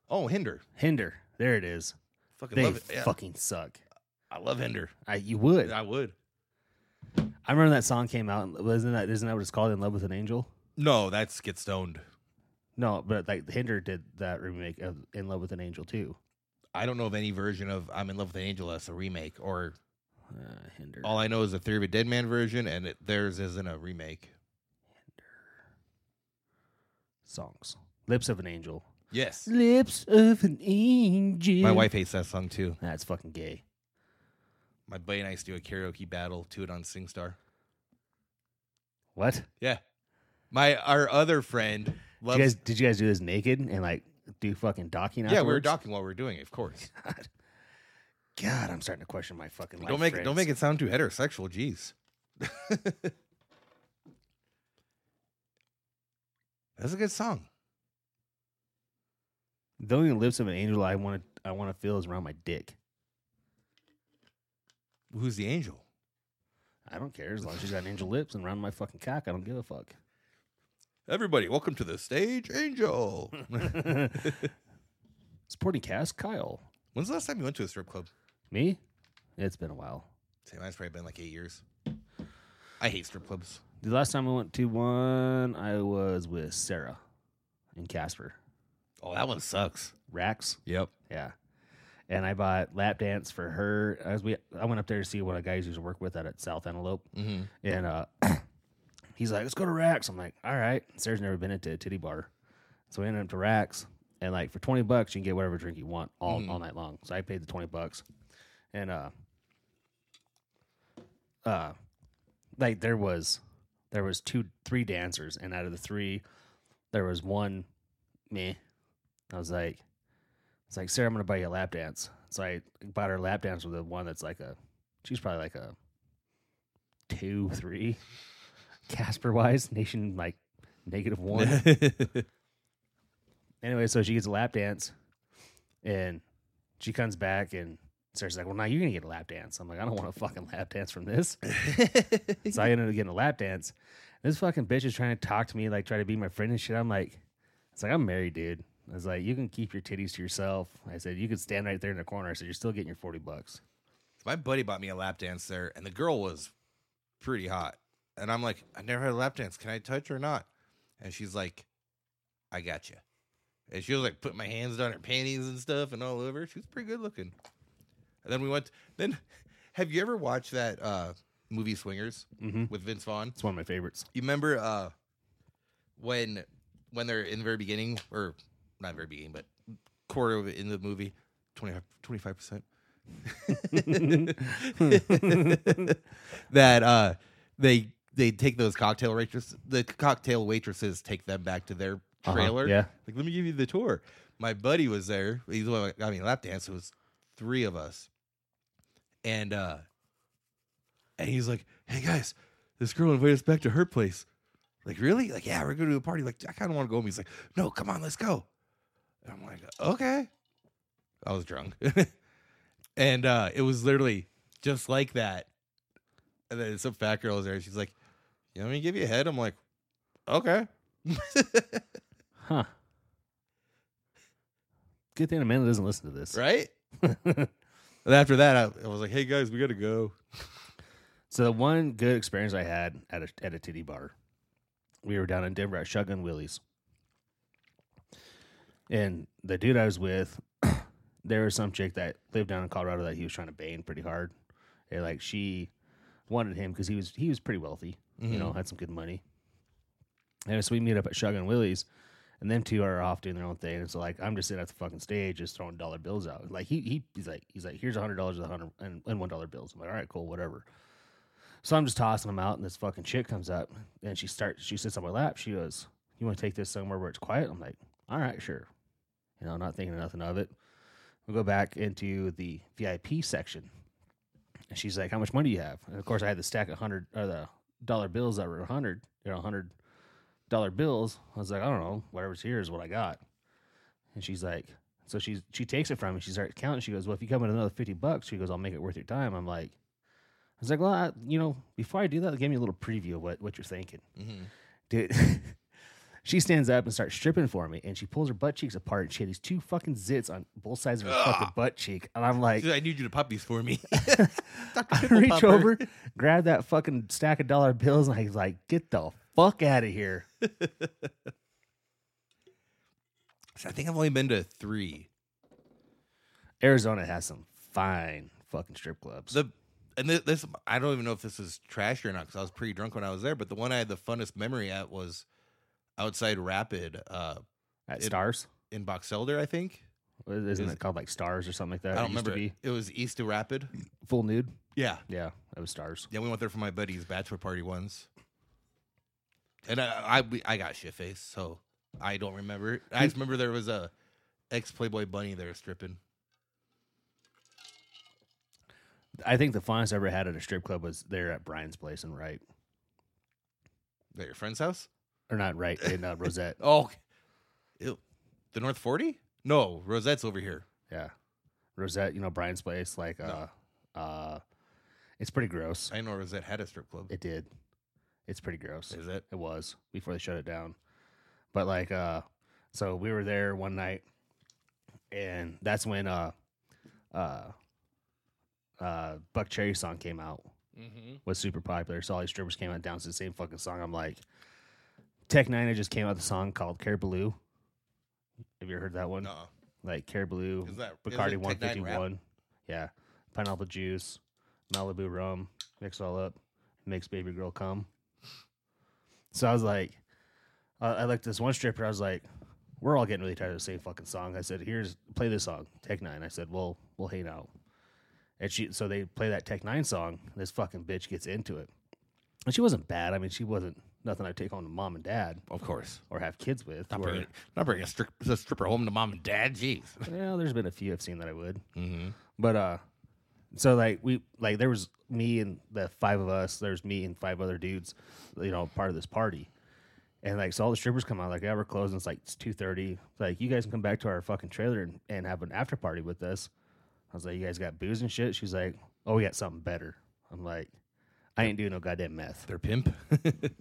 [SPEAKER 2] Oh, Hinder.
[SPEAKER 1] Hinder, there it is.
[SPEAKER 2] Fucking
[SPEAKER 1] They
[SPEAKER 2] love it. Yeah,
[SPEAKER 1] fucking suck.
[SPEAKER 2] I love Hinder.
[SPEAKER 1] I you would.
[SPEAKER 2] I would.
[SPEAKER 1] I remember that song came out. and Wasn't that isn't that what it's called? In love with an angel.
[SPEAKER 2] No, that's Get Stoned.
[SPEAKER 1] No, but like Hinder did that remake of In Love with an Angel too.
[SPEAKER 2] I don't know of any version of I'm in love with an angel that's a remake, or
[SPEAKER 1] Uh, Hinder.
[SPEAKER 2] all I know is the Theory of a Dead Man version, and it, theirs isn't a remake.
[SPEAKER 1] songs. Lips of an Angel.
[SPEAKER 2] Yes,
[SPEAKER 1] Lips of an Angel.
[SPEAKER 2] my wife hates that song too.
[SPEAKER 1] That's fucking gay.
[SPEAKER 2] My buddy and I used to do a karaoke battle to it on SingStar.
[SPEAKER 1] What?
[SPEAKER 2] Yeah, my our other friend
[SPEAKER 1] Did
[SPEAKER 2] loves.
[SPEAKER 1] you, guys, did you guys do this naked and like do fucking docking?
[SPEAKER 2] yeah, we were
[SPEAKER 1] afterwards?
[SPEAKER 2] docking while we were doing it. Of course,
[SPEAKER 1] God, I'm starting to question my fucking life.
[SPEAKER 2] don't make don't
[SPEAKER 1] friends.
[SPEAKER 2] make it sound too heterosexual. Jeez, that's a good song.
[SPEAKER 1] The only lips of an angel I want to I want to feel is around my dick.
[SPEAKER 2] Who's the angel?
[SPEAKER 1] I don't care as long as she's got angel lips and around my fucking cock. I don't give a fuck.
[SPEAKER 2] Everybody, welcome to the stage, Angel.
[SPEAKER 1] Supporting cast, Kyle.
[SPEAKER 2] When's the last time you went to a strip club?
[SPEAKER 1] Me? It's been a while.
[SPEAKER 2] Same. Mine's probably been like eight years. I hate strip clubs.
[SPEAKER 1] The last time I went to one, I was with Sarah and Casper.
[SPEAKER 2] Oh, that one sucks.
[SPEAKER 1] Racks?
[SPEAKER 2] Yep.
[SPEAKER 1] Yeah. And I bought lap dance for her. As we, I went up there to see one of the guys who used to work with that at South Antelope,
[SPEAKER 2] Mm-hmm.
[SPEAKER 1] and uh, he's like, "Let's go to Racks." I'm like, "All right." Sarah's never been into a titty bar, so we ended up to Racks, and like for twenty bucks, you can get whatever drink you want all all night long. So I paid the twenty bucks, and uh, uh, like there was there was two three dancers, and out of the three, there was one me. I was like, it's like Sarah, I'm gonna buy you a lap dance. So I bought her a lap dance with the one that's like a, she's probably like a two, three, Casper wise, nation like negative one. anyway, so she gets a lap dance, and she comes back and Sarah's like, well, now you're gonna get a lap dance. I'm like, I don't want a fucking lap dance from this. so I ended up getting a lap dance. This fucking bitch is trying to talk to me, like try to be my friend and shit. I'm like, it's like I'm married, dude. I was like, you can keep your titties to yourself. I said, you can stand right there in the corner. I said, you're still getting your forty bucks.
[SPEAKER 2] My buddy bought me a lap dance there, and the girl was pretty hot. And I'm like, I never had a lap dance. Can I touch her or not? And she's like, I got you. And she was like, putting my hands down her panties and stuff and all over. She was pretty good looking. And then we went. Then, have you ever watched that uh, movie Swingers
[SPEAKER 1] Mm-hmm.
[SPEAKER 2] with Vince Vaughn?
[SPEAKER 1] It's one of my favorites.
[SPEAKER 2] You remember uh when when they're in the very beginning or not very beginning, but quarter of it in the movie, 25 percent. that uh they they take those cocktail waitresses the cocktail waitresses take them back to their
[SPEAKER 1] Uh-huh,
[SPEAKER 2] trailer.
[SPEAKER 1] yeah.
[SPEAKER 2] Like, let me give you the tour. My buddy was there. He's the one that got me a lap dance. It was three of us. And uh and he's like, Hey guys, this girl invited us back to her place. Like, really? Like, yeah, we're going to a party. Like, I kind of want to go. And he's like, no, come on, let's go. And I'm like, okay. I was drunk. and uh, it was literally just like that. And then some fat girl was there. She's like, you want me to give you a head? I'm like, okay.
[SPEAKER 1] Huh. Good thing Amanda doesn't listen to this.
[SPEAKER 2] Right? And after that, I, I was like, hey, guys, we got to go.
[SPEAKER 1] So the one good experience I had at a at a titty bar, we were down in Denver at Shotgun Willie's, and the dude I was with, there was some chick that lived down in Colorado that he was trying to bane pretty hard, and like she wanted him because he was he was pretty wealthy, you know, had some good money, and so we meet up at Shotgun Willie's. And them two are off doing their own thing, and so like I'm just sitting at the fucking stage, just throwing dollar bills out. Like he, he he's like he's like here's a hundred dollars and a hundred and and one dollar bills. I'm like all right, cool, whatever. So I'm just tossing them out, and this fucking chick comes up, and she starts. She sits on my lap. She goes, "You want to take this somewhere where it's quiet?" I'm like, "All right, sure." You know, not thinking nothing of it. We'll go back into the VIP section, and she's like, "How much money do you have?" And of course, I had the stack of hundred or the dollar bills that were hundred, you know, hundred dollar bills. I was like, "I don't know, whatever's here is what I got." And she's like, "So she's she takes it from me. She starts counting. She goes, "Well, if you come in another fifty bucks," she goes, "I'll make it worth your time." I'm like. I was like, well, I, you know, before I do that, give me a little preview of what, what you're thinking.
[SPEAKER 2] Mm-hmm.
[SPEAKER 1] Dude, she stands up and starts stripping for me, and she pulls her butt cheeks apart, and she had these two fucking zits on both sides of her fucking butt cheek. And I'm like,
[SPEAKER 2] I need you to pop these for me.
[SPEAKER 1] I reach over, grab that fucking stack of dollar bills, and I was like, get the fuck out of here.
[SPEAKER 2] So I think I've only been to three.
[SPEAKER 1] Arizona has some fine fucking strip clubs.
[SPEAKER 2] The and this, this I don't even know if this is trash or not because I was pretty drunk when I was there. But the one I had the funnest memory at was outside Rapid uh,
[SPEAKER 1] at
[SPEAKER 2] it-
[SPEAKER 1] Stars?
[SPEAKER 2] in Box Elder, I think.
[SPEAKER 1] Isn't
[SPEAKER 2] is-
[SPEAKER 1] it called like Stars or something like that?
[SPEAKER 2] I
[SPEAKER 1] It
[SPEAKER 2] don't
[SPEAKER 1] used to
[SPEAKER 2] remember. It. It was east of Rapid.
[SPEAKER 1] be full nude.
[SPEAKER 2] Yeah,
[SPEAKER 1] Yeah, that was Stars.
[SPEAKER 2] yeah. We went there for my buddy's bachelor party once, and I I, we, I got shit faced, so I don't remember. it. I just remember there was a ex Playboy bunny there stripping.
[SPEAKER 1] I think the funnest I ever had at a strip club was there at Brian's place in Wright.
[SPEAKER 2] At your friend's house?
[SPEAKER 1] Or not Wright, in uh, Rosette.
[SPEAKER 2] Oh, okay. Ew. the North Forty? No, Rosette's over here.
[SPEAKER 1] Yeah. Rosette, you know, Brian's place, like uh uh it's pretty gross.
[SPEAKER 2] I know Rosette had a strip club.
[SPEAKER 1] It did. It's pretty gross.
[SPEAKER 2] Is it?
[SPEAKER 1] It was before they shut it down. But like uh so we were there one night and that's when uh uh uh Buck Cherry song came out.
[SPEAKER 2] Mm-hmm.
[SPEAKER 1] was super popular. So all these strippers came out and danced to the same fucking song. I'm like, Tech Nine just came out with a song called Caribou. Have you ever heard that one?
[SPEAKER 2] No.
[SPEAKER 1] Like Caribou,
[SPEAKER 2] Is that- is
[SPEAKER 1] Bacardi
[SPEAKER 2] it Tech Nine rap?
[SPEAKER 1] 151. Yeah. Pineapple juice, Malibu rum, mix it all up, makes baby girl come. So I was like, I I like this one stripper. I was like, we're all getting really tired of the same fucking song. I said, here's play this song, Tech Nine. I said, well, we'll hang out. And she, so they play that Tech Nine song. This fucking bitch gets into it, and she wasn't bad. I mean, she wasn't nothing I'd take home to mom and dad
[SPEAKER 2] Of course.
[SPEAKER 1] or have kids with.
[SPEAKER 2] Not
[SPEAKER 1] or-
[SPEAKER 2] bringing, not bringing a, strip, a stripper home to mom and dad. Jeez.
[SPEAKER 1] Yeah, there's been a few I've seen that I would.
[SPEAKER 2] Mm-hmm.
[SPEAKER 1] But uh so like we like there was me and the five of us, there's me and five other dudes, you know, part of this party. And like so all the strippers come out, like, yeah, we're closing, it's like it's two thirty. Like, you guys can come back to our fucking trailer and, and have an after party with us. I was like, You guys got booze and shit? She's like, Oh, we got something better. I'm like, I ain't doing no goddamn meth.
[SPEAKER 2] They're pimp.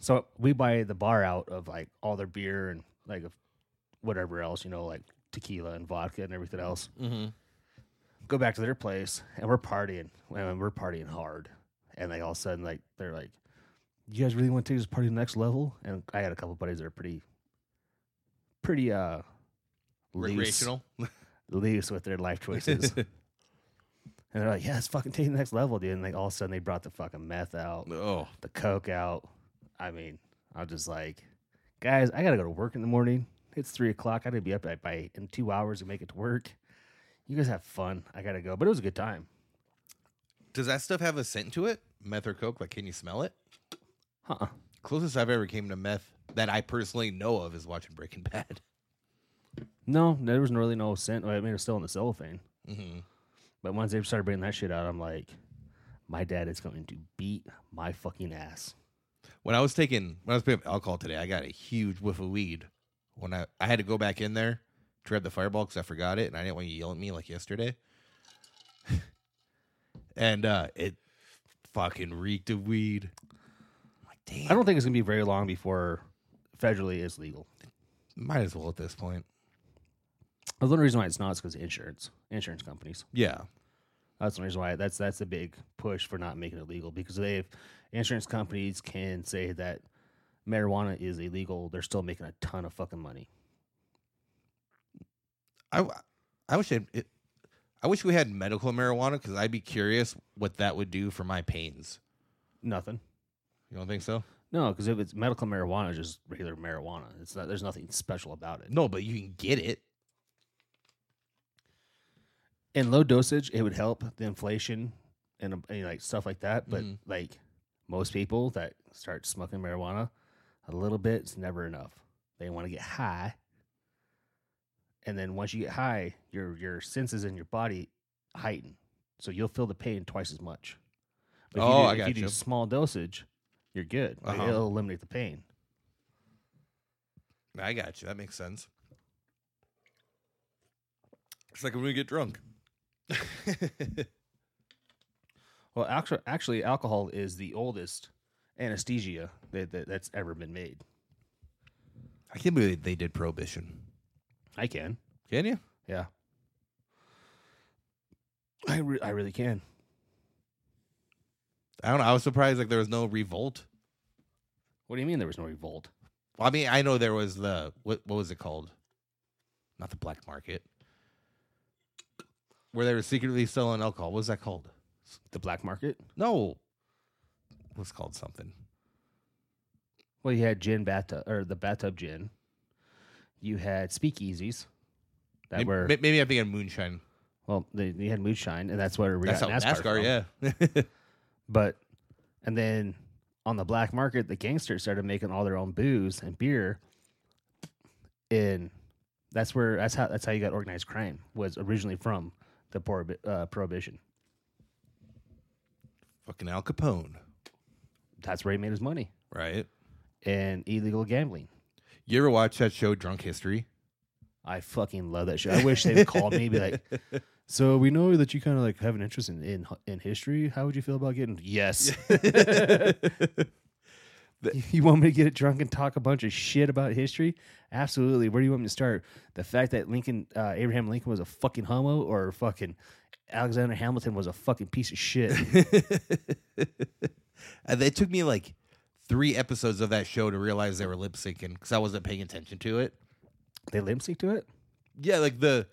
[SPEAKER 1] So we buy the bar out of like all their beer and like of whatever else, you know, like tequila and vodka and everything else.
[SPEAKER 2] mm-hmm.
[SPEAKER 1] go back to their place and we're partying and we're partying hard and like all of a sudden like they're like you guys really want to take this party to the next level and i had a couple buddies that are pretty pretty uh loose-
[SPEAKER 2] Recreational.
[SPEAKER 1] loose with their life choices and they're like yeah let's fucking take it to the next level dude and like all of a sudden they brought the fucking meth out
[SPEAKER 2] oh.
[SPEAKER 1] the coke out i mean i'm just like guys i gotta go to work in the morning it's three o'clock i gotta be up by, by in two hours to make it to work you guys have fun i gotta go but it was a good time
[SPEAKER 2] Does that stuff have a scent to it? Meth or coke? Like, can you smell it?
[SPEAKER 1] Huh.
[SPEAKER 2] Closest I've ever came to meth that I personally know of is watching Breaking Bad.
[SPEAKER 1] No, there was really no scent. I mean, it was still in the cellophane.
[SPEAKER 2] Mm-hmm.
[SPEAKER 1] But once they started bringing that shit out, I'm like, my dad is going to beat my fucking ass.
[SPEAKER 2] when I was taking when I was picking up alcohol today, I got a huge whiff of weed. When I I had to go back in there to grab the fireball because I forgot it and I didn't want you to yell at me like yesterday. and uh it fucking reeked of weed. I'm like damn,
[SPEAKER 1] I don't think it's gonna be very long before federally is legal.
[SPEAKER 2] might as well at this point.
[SPEAKER 1] The only reason why it's not is because insurance, insurance companies.
[SPEAKER 2] Yeah,
[SPEAKER 1] That's the reason why that's that's a big push for not making it legal because they have insurance companies can say that marijuana is illegal. They're still making a ton of fucking money.
[SPEAKER 2] I I wish it, it I wish we had medical marijuana because I'd be curious what that would do for my pains.
[SPEAKER 1] Nothing.
[SPEAKER 2] You don't think so?
[SPEAKER 1] No, because if it's medical marijuana, it's just regular marijuana. It's not. There's nothing special about it.
[SPEAKER 2] No, but you can get it.
[SPEAKER 1] In low dosage, it would help the inflation and, um, and like stuff like that. But
[SPEAKER 2] Mhm.
[SPEAKER 1] like most people that start smoking marijuana, a little bit is never enough. They want to get high, and then once you get high, your your senses in your body heighten, so you'll feel the pain twice as much. But if you
[SPEAKER 2] Oh,
[SPEAKER 1] do,
[SPEAKER 2] I
[SPEAKER 1] if you do
[SPEAKER 2] gotcha.
[SPEAKER 1] small dosage, you're good. Like,
[SPEAKER 2] Uh-huh.
[SPEAKER 1] It'll eliminate the pain.
[SPEAKER 2] I got you. That makes sense. It's like when we get drunk.
[SPEAKER 1] Well, actually, actually, alcohol is the oldest anesthesia that, that that's ever been made.
[SPEAKER 2] I can't believe they did prohibition.
[SPEAKER 1] I can,
[SPEAKER 2] Can you?
[SPEAKER 1] yeah. I re- I really can.
[SPEAKER 2] I don't know. I was surprised like there was no revolt.
[SPEAKER 1] What do you mean there was no revolt?
[SPEAKER 2] Well, I mean, I know there was the what what was it called? Not the black market. Where they were secretly selling alcohol. What was that called?
[SPEAKER 1] The black market.
[SPEAKER 2] No. It was called something.
[SPEAKER 1] Well, you had gin bathtub or the bathtub gin. You had speakeasies that
[SPEAKER 2] May-
[SPEAKER 1] were
[SPEAKER 2] may- maybe I'm thinking moonshine.
[SPEAKER 1] well. They, they had moonshine, and that's where we
[SPEAKER 2] That's
[SPEAKER 1] got
[SPEAKER 2] how
[SPEAKER 1] NASCAR. from.
[SPEAKER 2] NASCAR, yeah.
[SPEAKER 1] But and then on the black market, the gangsters started making all their own booze and beer, and that's where that's how that's how you got organized crime was originally from the prohibi- uh, prohibition.
[SPEAKER 2] Fucking Al Capone,
[SPEAKER 1] That's where he made his money
[SPEAKER 2] right?
[SPEAKER 1] and illegal gambling.
[SPEAKER 2] You ever watch that show Drunk History?
[SPEAKER 1] I fucking love that shit. I wish they would call me and be like, "So we know that you kind of like have an interest in, in in history. How would you feel about getting yes? you want me to get drunk and talk a bunch of shit about history? Absolutely. Where do you want me to start? The fact that Lincoln, uh, Abraham Lincoln, was a fucking homo, or fucking Alexander Hamilton was a fucking piece of shit.
[SPEAKER 2] And Uh, it took me like three episodes of that show to realize they were lip syncing because I wasn't paying attention to it.
[SPEAKER 1] they lip sync to it.
[SPEAKER 2] Yeah, like the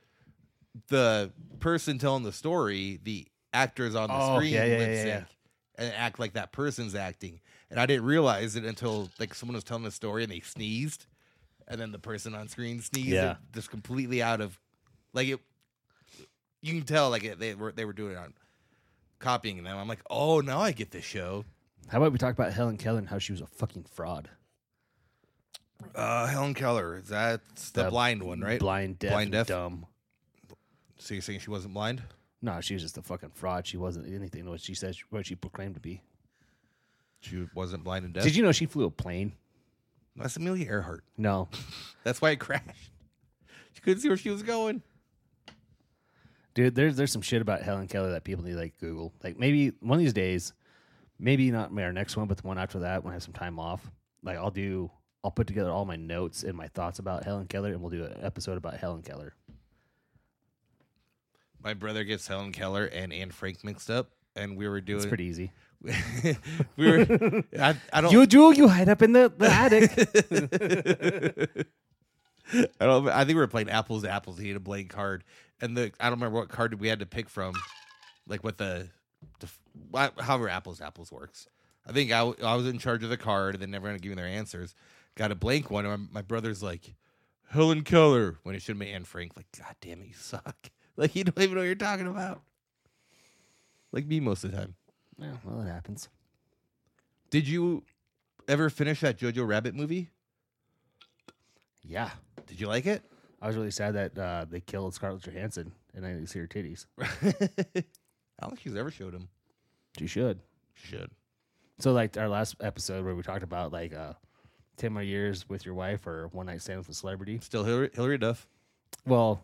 [SPEAKER 2] the person telling the story, the actors on the
[SPEAKER 1] Oh,
[SPEAKER 2] screen
[SPEAKER 1] yeah, yeah,
[SPEAKER 2] lip
[SPEAKER 1] yeah,
[SPEAKER 2] sync
[SPEAKER 1] yeah.
[SPEAKER 2] and act like that person's acting. And I didn't realize it until like someone was telling the story and they sneezed, and then the person on screen sneezed,
[SPEAKER 1] Yeah.
[SPEAKER 2] like, just completely out of like it. You can tell like it, they were they were doing it on copying them. I'm like, oh, now I get this show.
[SPEAKER 1] How about we talk about Helen Keller and how she was a fucking fraud?
[SPEAKER 2] Uh, Helen Keller, that's the,
[SPEAKER 1] The
[SPEAKER 2] blind one, right?
[SPEAKER 1] Blind, deaf,
[SPEAKER 2] Blind,
[SPEAKER 1] and
[SPEAKER 2] deaf?
[SPEAKER 1] dumb.
[SPEAKER 2] So you're saying she wasn't blind?
[SPEAKER 1] No, she was just a fucking fraud. She wasn't anything what she says what she proclaimed to be.
[SPEAKER 2] She wasn't blind and deaf.
[SPEAKER 1] Did you know she flew a plane?
[SPEAKER 2] That's Amelia Earhart.
[SPEAKER 1] No.
[SPEAKER 2] That's why it crashed. She couldn't see where she was going.
[SPEAKER 1] Dude, there's there's some shit about Helen Keller that people need to like Google. Like maybe one of these days, maybe not our next one, but the one after that when I have some time off. Like I'll do I'll put together all my notes and my thoughts about Helen Keller and we'll do an episode about Helen Keller.
[SPEAKER 2] My brother gets Helen Keller and Anne Frank mixed up, and we were
[SPEAKER 1] It's
[SPEAKER 2] doing.
[SPEAKER 1] pretty easy.
[SPEAKER 2] we were. I, I don't.
[SPEAKER 1] You do you hide up in the, the attic.
[SPEAKER 2] I don't. I think we were playing apples to apples. He had a blank card, and the I don't remember what card we had to pick from, like what the, the wha- however apples to apples works. I think I, w- I was in charge of the card, and then everyone gave me their answers. Got a blank one, and my, my brother's like Helen Keller when it should have been Anne Frank. Like, God damn it, you suck! Like you don't even know what you're talking about. Like me most of the time.
[SPEAKER 1] yeah, well it happens.
[SPEAKER 2] Did you ever finish that Jojo Rabbit movie?
[SPEAKER 1] Yeah.
[SPEAKER 2] Did you like it?
[SPEAKER 1] I was really sad that uh, they killed Scarlett Johansson and I didn't see her titties.
[SPEAKER 2] I don't think she's ever showed him.
[SPEAKER 1] She should.
[SPEAKER 2] Should.
[SPEAKER 1] So like our last episode where we talked about like uh, ten more years with your wife or one night stand with a celebrity.
[SPEAKER 2] Still Hillary, Hillary Duff,
[SPEAKER 1] Well,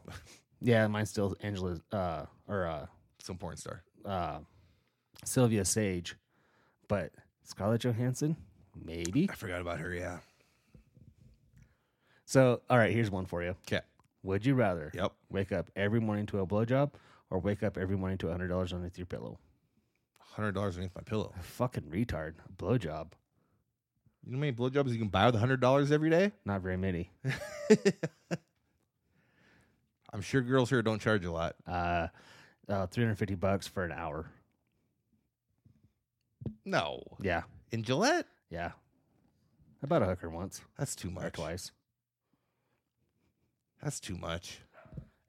[SPEAKER 1] yeah, mine's still Angela uh, or uh,
[SPEAKER 2] some porn star.
[SPEAKER 1] uh, Sylvia Sage, but Scarlett Johansson, maybe.
[SPEAKER 2] I forgot about her. Yeah.
[SPEAKER 1] So all right, here's one for you.
[SPEAKER 2] Okay.
[SPEAKER 1] Would you rather
[SPEAKER 2] Yep.
[SPEAKER 1] wake up every morning to a blowjob or wake up every morning to hundred dollars underneath your pillow?
[SPEAKER 2] Hundred dollars underneath my pillow.
[SPEAKER 1] Fucking retard, blowjob.
[SPEAKER 2] You know how many blowjobs you can buy with hundred dollars every day?
[SPEAKER 1] Not very many.
[SPEAKER 2] I'm sure girls here don't charge a lot.
[SPEAKER 1] Uh, uh, three hundred fifty bucks for an hour.
[SPEAKER 2] No.
[SPEAKER 1] Yeah,
[SPEAKER 2] In Gillette,
[SPEAKER 1] yeah. About a hooker once
[SPEAKER 2] that's too
[SPEAKER 1] or
[SPEAKER 2] much.
[SPEAKER 1] twice
[SPEAKER 2] That's too much.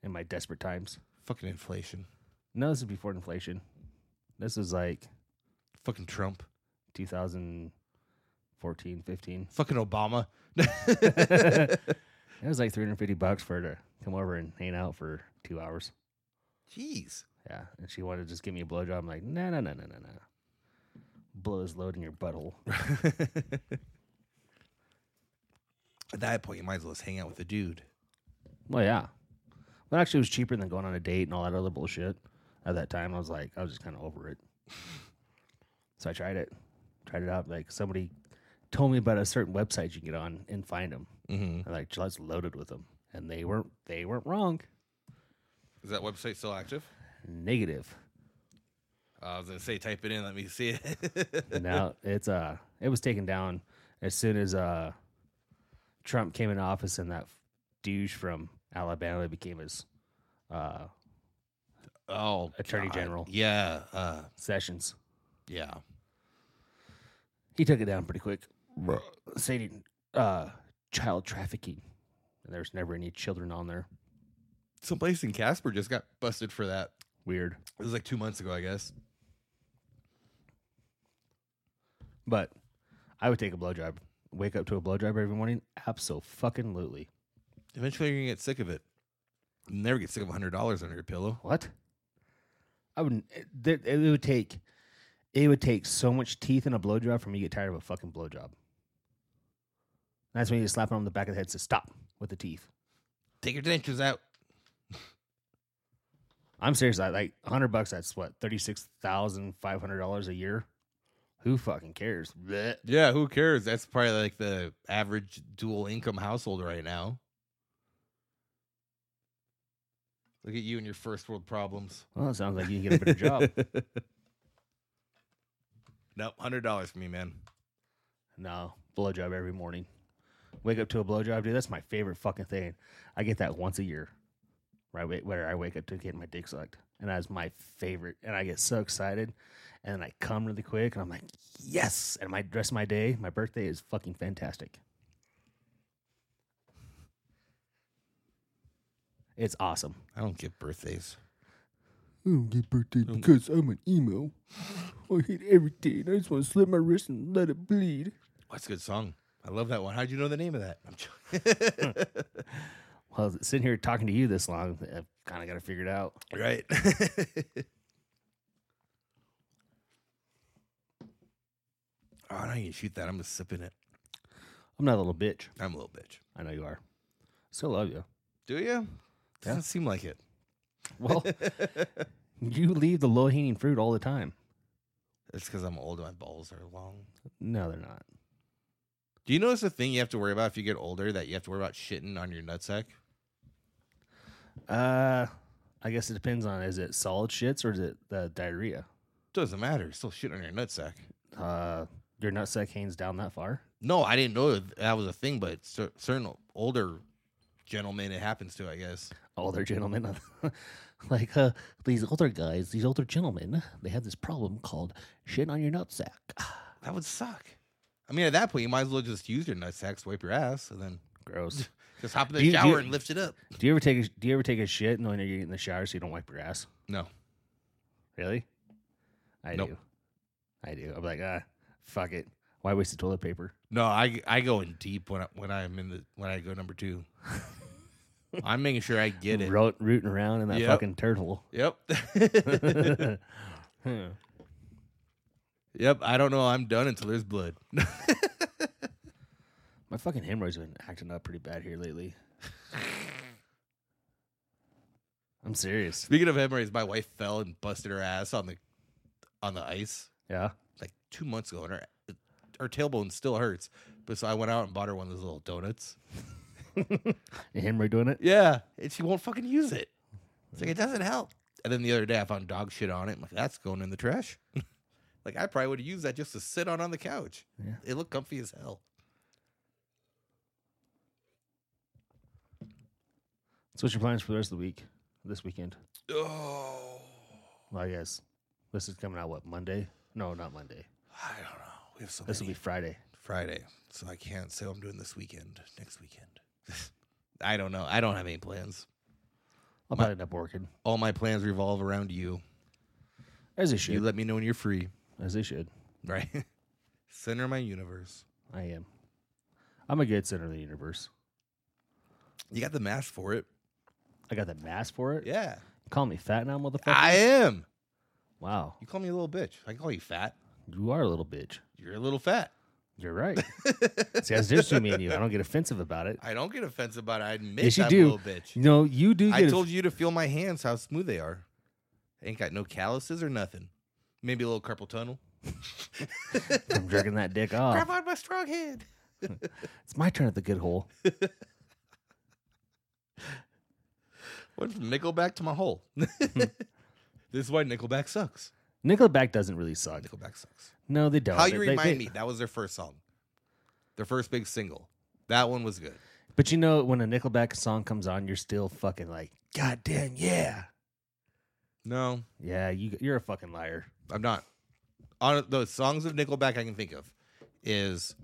[SPEAKER 1] in my desperate times.
[SPEAKER 2] Fucking inflation.
[SPEAKER 1] No, this is before inflation. This is like
[SPEAKER 2] Fucking Trump.
[SPEAKER 1] 2014, 15.
[SPEAKER 2] Fucking Obama.
[SPEAKER 1] It was like 350 bucks for her to come over and hang out for two hours.
[SPEAKER 2] Jeez.
[SPEAKER 1] Yeah, and she wanted to just give me a blowjob. I'm like, no, no, no, no, no, no. Blow this load in your butthole.
[SPEAKER 2] At that point, you might as well just hang out with a dude.
[SPEAKER 1] Well, yeah. Well, actually, it was cheaper than going on a date and all that other bullshit. At that time, I was like, I was just kind of over it. so I tried it, tried it out. Like somebody told me about a certain website you can get on and find them.
[SPEAKER 2] Mm-hmm.
[SPEAKER 1] I'm like, Gillette's loaded with them, and they weren't. They weren't wrong.
[SPEAKER 2] Is that website still active?
[SPEAKER 1] Negative.
[SPEAKER 2] Uh, I was gonna say, type it in. Let me see it.
[SPEAKER 1] no, it's uh, it was taken down as soon as uh, Trump came in office, and that douche from Alabama became his uh,
[SPEAKER 2] oh,
[SPEAKER 1] Attorney
[SPEAKER 2] God.
[SPEAKER 1] General.
[SPEAKER 2] Yeah, uh,
[SPEAKER 1] Sessions.
[SPEAKER 2] yeah.
[SPEAKER 1] He took it down pretty quick. stating uh, child trafficking. And there's never any children on there.
[SPEAKER 2] Someplace in Casper just got busted for that.
[SPEAKER 1] Weird.
[SPEAKER 2] It was like two months ago, I guess.
[SPEAKER 1] But I would take a blowjob. Wake up to a blowjob every morning? Absolutely.
[SPEAKER 2] Eventually, you're gonna get sick of it. You never get sick of hundred dollars under your pillow.
[SPEAKER 1] What? I wouldn't. It, th- it would take. It would take so much teeth in a blowjob for me to get tired of a fucking blowjob. That's when you slap him on the back of the head and say, stop with the teeth.
[SPEAKER 2] Take your dentures out.
[SPEAKER 1] I'm serious. I like 100 bucks. That's what? $36,500 a year? Who fucking cares? Blech.
[SPEAKER 2] Yeah, who cares? That's probably like the average dual income household right now. Look at you and your first world problems.
[SPEAKER 1] Well, it sounds like you can get a better job.
[SPEAKER 2] Nope, hundred dollars for me, man.
[SPEAKER 1] No, blowjob every morning. Wake up to a blowjob, dude. That's my favorite fucking thing. I get that once a year, right? wh- Where I wake up to get my dick sucked, and that's my favorite. And I get so excited, and then I come really quick, and I'm like, yes. And my rest of my day, my birthday is fucking fantastic. It's awesome.
[SPEAKER 2] I don't get birthdays.
[SPEAKER 3] I don't get birthday because I'm an emo. I hate everything. I just want to slip my wrist and let it bleed.
[SPEAKER 2] What's a good song? I love that one. How'd you know the name of that? I'm joking.
[SPEAKER 1] Well, sitting here talking to you this long, I've kind of got to figure it out.
[SPEAKER 2] right. oh, now you can shoot that. I'm just sipping it.
[SPEAKER 1] I'm not a little bitch.
[SPEAKER 2] I'm a little bitch.
[SPEAKER 1] I know you are. Still love you.
[SPEAKER 2] Do you? Doesn't seem like it.
[SPEAKER 1] Well, you leave the low hanging fruit all the time.
[SPEAKER 2] It's because I'm old. and My balls are long.
[SPEAKER 1] No, they're not.
[SPEAKER 2] Do you notice a thing you have to worry about if you get older that you have to worry about shitting on your nutsack?
[SPEAKER 1] Uh, I guess it depends on is it solid shits or is it the diarrhea?
[SPEAKER 2] Doesn't matter. Still shitting on your nutsack.
[SPEAKER 1] Uh, your nutsack hangs down that far.
[SPEAKER 2] No, I didn't know that that was a thing, but cer- certain older gentlemen it happens to, I guess.
[SPEAKER 1] Older gentlemen, like uh, these older guys, these older gentlemen, they have this problem called shit on your nutsack.
[SPEAKER 2] That would suck. I mean, at that point, you might as well just use your nutsacks, wipe your ass, and then
[SPEAKER 1] Gross.
[SPEAKER 2] just hop in the
[SPEAKER 1] Do you- do
[SPEAKER 2] shower
[SPEAKER 1] you-
[SPEAKER 2] and lift it up.
[SPEAKER 1] do you ever take a, do you ever take a shit knowing that you're in the shower so you don't wipe your ass?
[SPEAKER 2] No.
[SPEAKER 1] Really? I
[SPEAKER 2] Nope.
[SPEAKER 1] do. I do. I'm like, ah, fuck it. Why waste the toilet paper?
[SPEAKER 2] No, I I go in deep when I, when I'm in the when I go number two. I'm making sure I get it.
[SPEAKER 1] Ro- rooting around in that
[SPEAKER 2] Yep. Hmm.
[SPEAKER 1] fucking turtle.
[SPEAKER 2] Yep.
[SPEAKER 1] Huh.
[SPEAKER 2] Yep, I don't know. I'm done until there's blood.
[SPEAKER 1] My fucking hemorrhoids have been acting up pretty bad here lately. I'm serious.
[SPEAKER 2] Speaking of hemorrhoids, my wife fell and busted her ass on the on the ice
[SPEAKER 1] Yeah.
[SPEAKER 2] like two months ago, and her her tailbone still hurts. But so I went out and bought her one of those little donuts.
[SPEAKER 1] Your hemorrhoid doing it?
[SPEAKER 2] Yeah, and she won't fucking use it. It's like it doesn't help. And then the other day, I found dog shit on it. I'm like, that's going in the trash. like I probably would have used that just to sit on on the couch.
[SPEAKER 1] Yeah.
[SPEAKER 2] It looked comfy as hell.
[SPEAKER 1] So what's your plans for the rest of the week? This weekend?
[SPEAKER 2] Oh,
[SPEAKER 1] Well, I guess this is coming out what Monday? No, not Monday.
[SPEAKER 2] I don't know. We have so
[SPEAKER 1] This will
[SPEAKER 2] many
[SPEAKER 1] be Friday.
[SPEAKER 2] Friday, so I can't say what I'm doing this weekend. Next weekend, I don't know. I don't have any plans.
[SPEAKER 1] I'll probably end up working.
[SPEAKER 2] All my plans revolve around you.
[SPEAKER 1] As they
[SPEAKER 2] You
[SPEAKER 1] should.
[SPEAKER 2] let me know when you're free.
[SPEAKER 1] As they should.
[SPEAKER 2] Right. Center of my universe.
[SPEAKER 1] I am. I'm a good center of the universe.
[SPEAKER 2] You got the mask for it.
[SPEAKER 1] I got the mask for it.
[SPEAKER 2] Yeah.
[SPEAKER 1] Call me fat now, motherfucker.
[SPEAKER 2] I am.
[SPEAKER 1] wow.
[SPEAKER 2] You call me a little bitch. I can call you fat.
[SPEAKER 1] You are a little bitch.
[SPEAKER 2] You're a little fat.
[SPEAKER 1] You're right. See, that's just between me and you. I don't get offensive about it.
[SPEAKER 2] I don't get offensive about it. I admit
[SPEAKER 1] Yes, you
[SPEAKER 2] I'm
[SPEAKER 1] do.
[SPEAKER 2] a little bitch.
[SPEAKER 1] No, you do get.
[SPEAKER 2] I told you to feel my hands, how smooth they are. Ain't got no calluses or nothing. Maybe a little carpal tunnel.
[SPEAKER 1] I'm jerking that dick off.
[SPEAKER 2] Grab on my strong hand.
[SPEAKER 1] It's my turn at the good hole.
[SPEAKER 2] What's Nickelback to my hole? this is why Nickelback sucks.
[SPEAKER 1] Nickelback doesn't really suck.
[SPEAKER 2] Nickelback sucks.
[SPEAKER 1] No, they don't.
[SPEAKER 2] How
[SPEAKER 1] They-
[SPEAKER 2] you
[SPEAKER 1] they-
[SPEAKER 2] remind
[SPEAKER 1] they-
[SPEAKER 2] me? That was their first song, their first big single. That one was good.
[SPEAKER 1] But you know, when a Nickelback song comes on, you're still fucking like, God damn, yeah.
[SPEAKER 2] No,
[SPEAKER 1] Yeah, you, you're a fucking liar.
[SPEAKER 2] I'm not. On the songs of Nickelback I can think of is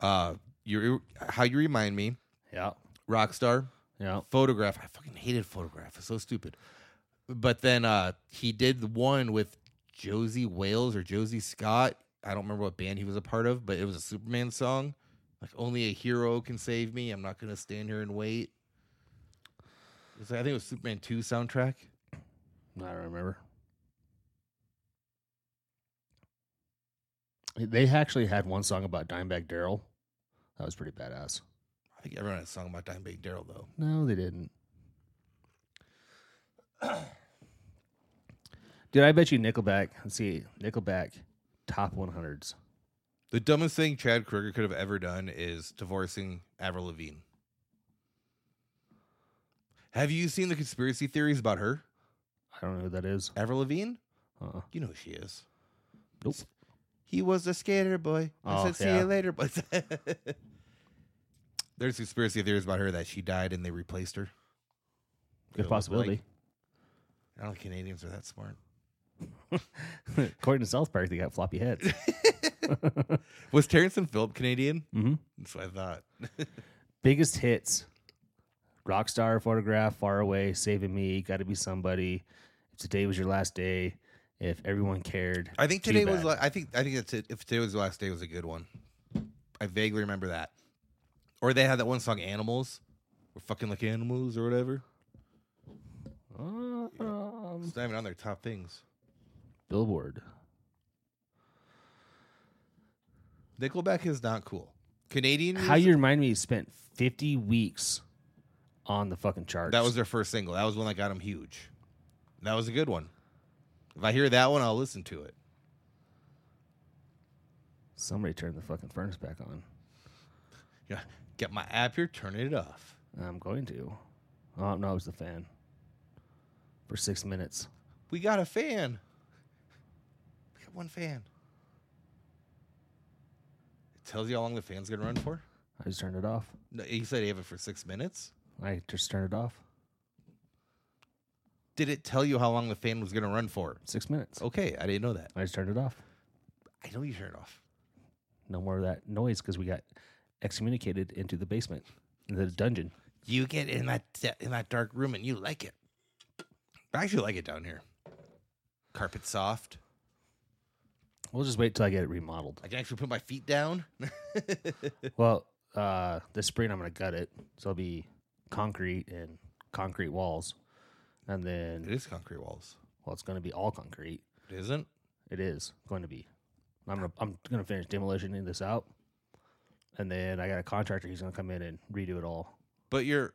[SPEAKER 2] uh you how you remind me,
[SPEAKER 1] Yeah.
[SPEAKER 2] Rockstar,
[SPEAKER 1] Yeah.
[SPEAKER 2] Photograph. I fucking hated Photograph. It's so stupid. But then uh he did the one with Josie Wales or Josie Scott. I don't remember what band he was a part of, but it was a Superman song. Like only a hero can save me. I'm not gonna stand here and wait. It was, I think it was Superman 2 soundtrack.
[SPEAKER 1] I don't remember. They actually had one song about Dimebag Daryl. That was pretty badass.
[SPEAKER 2] I think everyone had a song about Dimebag Daryl though.
[SPEAKER 1] No, they didn't. Dude, I bet you Nickelback. Let's see, Nickelback top 100s.
[SPEAKER 2] The dumbest thing Chad Kroeger could have ever done is divorcing Avril Lavigne. Have you seen the conspiracy theories about her?
[SPEAKER 1] I don't know who that is.
[SPEAKER 2] Avril Lavigne?
[SPEAKER 1] Uh-uh.
[SPEAKER 2] You know who she is.
[SPEAKER 1] Nope.
[SPEAKER 2] He was a skater boy. I
[SPEAKER 1] Oh,
[SPEAKER 2] said, see
[SPEAKER 1] yeah.
[SPEAKER 2] you later, but there's conspiracy theories about her that she died and they replaced her. It
[SPEAKER 1] Good
[SPEAKER 2] was
[SPEAKER 1] possibility.
[SPEAKER 2] I don't know if Canadians are that smart.
[SPEAKER 1] According to South Park, they got floppy heads.
[SPEAKER 2] Was Terrence and Phillip Canadian?
[SPEAKER 1] mm-hmm.
[SPEAKER 2] That's what I thought.
[SPEAKER 1] biggest hits rockstar photograph far away saving me gotta be somebody if today was your last day if everyone cared
[SPEAKER 2] I think
[SPEAKER 1] Too
[SPEAKER 2] today was.
[SPEAKER 1] bad.
[SPEAKER 2] la- I think. I think that's it. If today was the last day, was a good one. I vaguely remember that. Or they had that one song, "Animals." We're fucking like animals, or whatever.
[SPEAKER 1] Uh, um,
[SPEAKER 2] It's not even on their top things.
[SPEAKER 1] billboard
[SPEAKER 2] Nickelback is not cool. Canadian.
[SPEAKER 1] how
[SPEAKER 2] music-
[SPEAKER 1] you remind me spent 50 weeks on the fucking charts
[SPEAKER 2] That was their first single. That was one that got them huge. That was a good one. If I hear that one, I'll listen to it.
[SPEAKER 1] somebody turned the fucking furnace back on
[SPEAKER 2] Yeah, get my app here, turn it off.
[SPEAKER 1] i'm going to oh no it was the fan for six minutes
[SPEAKER 2] We got a fan. We got one fan. It tells you how long the fan's gonna run for.
[SPEAKER 1] i just turned it off
[SPEAKER 2] No, you said you have it for six minutes.
[SPEAKER 1] i just turned it off
[SPEAKER 2] Did it tell you how long the fan was going to run for?
[SPEAKER 1] six minutes
[SPEAKER 2] Okay, I didn't know that.
[SPEAKER 1] i just turned it off
[SPEAKER 2] I know you turned it off.
[SPEAKER 1] no more of that noise because we got excommunicated into the basement, into the dungeon.
[SPEAKER 2] You get in that in that dark room and you like it. I actually like it down here. Carpet soft.
[SPEAKER 1] We'll just wait till I get it remodeled.
[SPEAKER 2] I can actually put my feet down.
[SPEAKER 1] well, uh, this spring I'm gonna gut it, so it'll be concrete and concrete walls, and
[SPEAKER 2] it
[SPEAKER 1] then
[SPEAKER 2] is concrete walls.
[SPEAKER 1] well, it's gonna be all concrete.
[SPEAKER 2] It isn't.
[SPEAKER 1] It is going to be. I'm gonna I'm gonna finish demolitioning this out, and then I got a contractor. He's gonna come in and redo it all.
[SPEAKER 2] But you're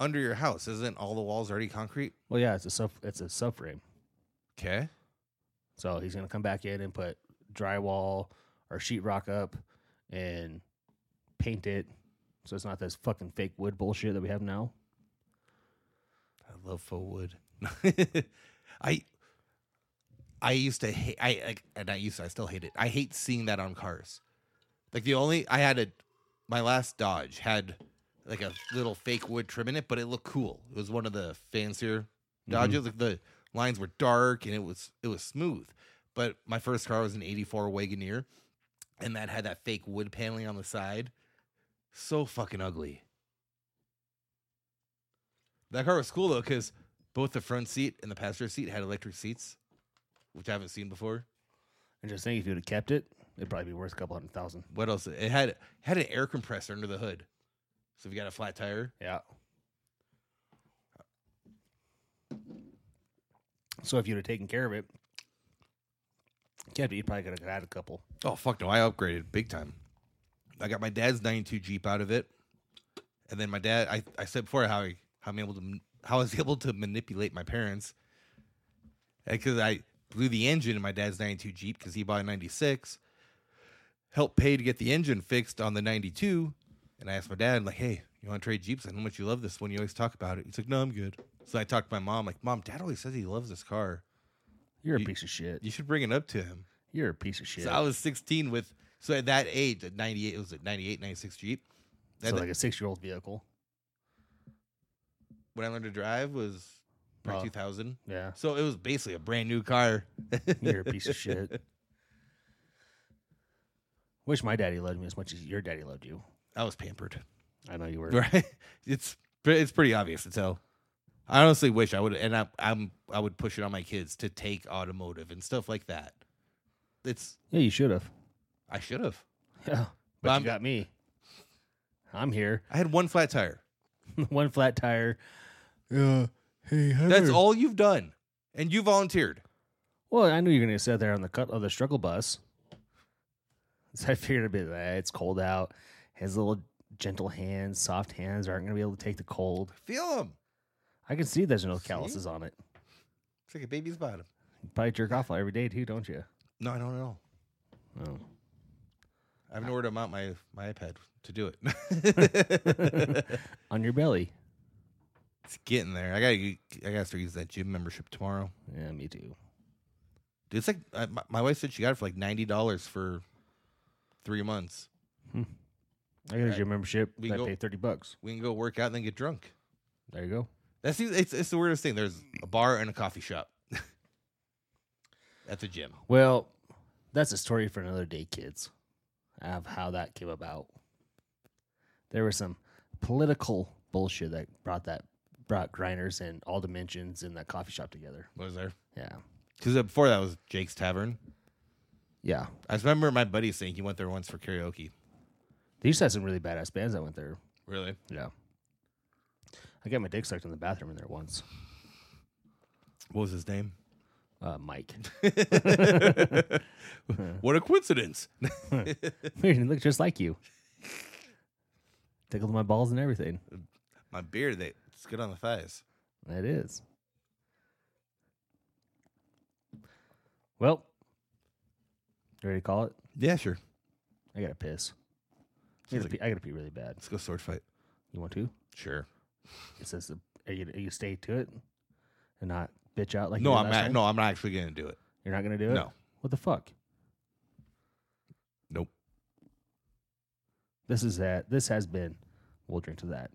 [SPEAKER 2] under your house, isn't all the walls already concrete?
[SPEAKER 1] Well, yeah, it's a sub it's a subframe.
[SPEAKER 2] Okay.
[SPEAKER 1] So he's gonna come back in and put drywall or sheetrock up and paint it, so it's not this fucking fake wood bullshit that we have now.
[SPEAKER 2] I love faux wood. I I used to hate I like and I used to, I still hate it. I hate seeing that on cars. Like the only I had a my last Dodge had like a little fake wood trim in it, but it looked cool. It was one of the fancier Dodges. Like the lines were dark and it was it was smooth. But my first car was an 84 Wagoneer and that had that fake wood paneling on the side. So fucking ugly. That car was cool though, because both the front seat and the passenger seat had electric seats, which I haven't seen before.
[SPEAKER 1] And just think, if you'd have kept it, it'd probably be worth a couple hundred thousand.
[SPEAKER 2] What else? It had it had an air compressor under the hood, so if you got a flat tire,
[SPEAKER 1] Yeah. So if you'd have taken care of it, kept it, you probably could have had a couple.
[SPEAKER 2] oh fuck no, I upgraded big time. I got my dad's '92 Jeep out of it, and then my dad. I, I said before how I how I'm able to m- how I was able to manipulate my parents, because I blew the engine in my dad's '92 Jeep because he bought a '96. helped pay to get the engine fixed on the 92. And I asked my dad, like, hey, you want to trade Jeeps? I know how much you love this one. You always talk about it. He's like, no, I'm good. So I talked to my mom, like, mom, dad always says he loves this car.
[SPEAKER 1] You're a
[SPEAKER 2] You-
[SPEAKER 1] piece of shit.
[SPEAKER 2] You should bring it up to him.
[SPEAKER 1] You're a piece of shit.
[SPEAKER 2] So I was 16 with, so at that age, at 98, it was at 98, 96 Jeep.
[SPEAKER 1] So
[SPEAKER 2] And
[SPEAKER 1] like a six year old vehicle.
[SPEAKER 2] when I learned to drive was probably
[SPEAKER 1] Oh.
[SPEAKER 2] 2000.
[SPEAKER 1] Yeah.
[SPEAKER 2] So it was basically a brand new car.
[SPEAKER 1] You're a piece of shit. Wish my daddy loved me as much as your daddy loved you.
[SPEAKER 2] I was pampered.
[SPEAKER 1] I know you were.
[SPEAKER 2] right? It's pre- it's pretty obvious to tell. I honestly wish I would, and I, I'm I would push it on my kids to take automotive and stuff like that. It's
[SPEAKER 1] Yeah, you should have.
[SPEAKER 2] I should have.
[SPEAKER 1] Yeah. But
[SPEAKER 2] I'm-
[SPEAKER 1] you got me. I'm here.
[SPEAKER 2] I had one flat tire.
[SPEAKER 1] One flat tire.
[SPEAKER 3] Uh, hey, Heather.
[SPEAKER 2] That's all you've done, and you volunteered.
[SPEAKER 1] Well, I knew you were going to sit there on the cut of the struggle bus. So I figured a bit that it's cold out. His little gentle hands, soft hands aren't going to be able to take the cold.
[SPEAKER 2] Feel them.
[SPEAKER 1] I can see there's no
[SPEAKER 2] See?
[SPEAKER 1] calluses on it.
[SPEAKER 2] It's like a baby's bottom.
[SPEAKER 1] You probably jerk off every day too, don't you?
[SPEAKER 2] No, I don't know.
[SPEAKER 1] Oh.
[SPEAKER 2] I have nowhere to mount my my iPad to do it.
[SPEAKER 1] On your belly.
[SPEAKER 2] it's getting there. I gotta I gotta start using that gym membership tomorrow.
[SPEAKER 1] Yeah, me too.
[SPEAKER 2] Dude, it's like uh, my, my wife said she got it for like ninety dollars for three months.
[SPEAKER 1] I got a gym membership.
[SPEAKER 2] We
[SPEAKER 1] I
[SPEAKER 2] go-
[SPEAKER 1] pay 30 bucks.
[SPEAKER 2] We can go work out and then get drunk.
[SPEAKER 1] There you go.
[SPEAKER 2] That's the- it's, it's the weirdest thing. There's a bar and a coffee shop at the gym.
[SPEAKER 1] Well, that's a story for another day, kids, of how that came about. There was some political bullshit that brought that brought grinders and all dimensions in that coffee shop together.
[SPEAKER 2] What was there?
[SPEAKER 1] Yeah.
[SPEAKER 2] Because before that was Jake's Tavern.
[SPEAKER 1] Yeah.
[SPEAKER 2] I just remember my buddy saying he went there once for karaoke.
[SPEAKER 1] They used to have some really badass bands that went there.
[SPEAKER 2] Really?
[SPEAKER 1] Yeah. I got my dick sucked in the bathroom in there once.
[SPEAKER 2] What was his name?
[SPEAKER 1] Uh, Mike.
[SPEAKER 2] What a coincidence!
[SPEAKER 1] Weird, he looked just like you. Tickled my balls and everything.
[SPEAKER 2] my beard, they it's good on the thighs.
[SPEAKER 1] It is. Well, you ready to call it?
[SPEAKER 2] Yeah, sure.
[SPEAKER 1] I gotta piss. I gotta, pee, I gotta pee really bad.
[SPEAKER 2] Let's go sword fight.
[SPEAKER 1] You want to?
[SPEAKER 2] Sure.
[SPEAKER 1] It says, the- are you, are you stay to it and not bitch out like
[SPEAKER 2] No,
[SPEAKER 1] you did
[SPEAKER 2] I'm
[SPEAKER 1] last
[SPEAKER 2] not,
[SPEAKER 1] time?
[SPEAKER 2] no, I'm not actually gonna do it.
[SPEAKER 1] You're not gonna do it?
[SPEAKER 2] No.
[SPEAKER 1] What the fuck?
[SPEAKER 2] Nope.
[SPEAKER 1] This is that. This has been. We'll drink to that.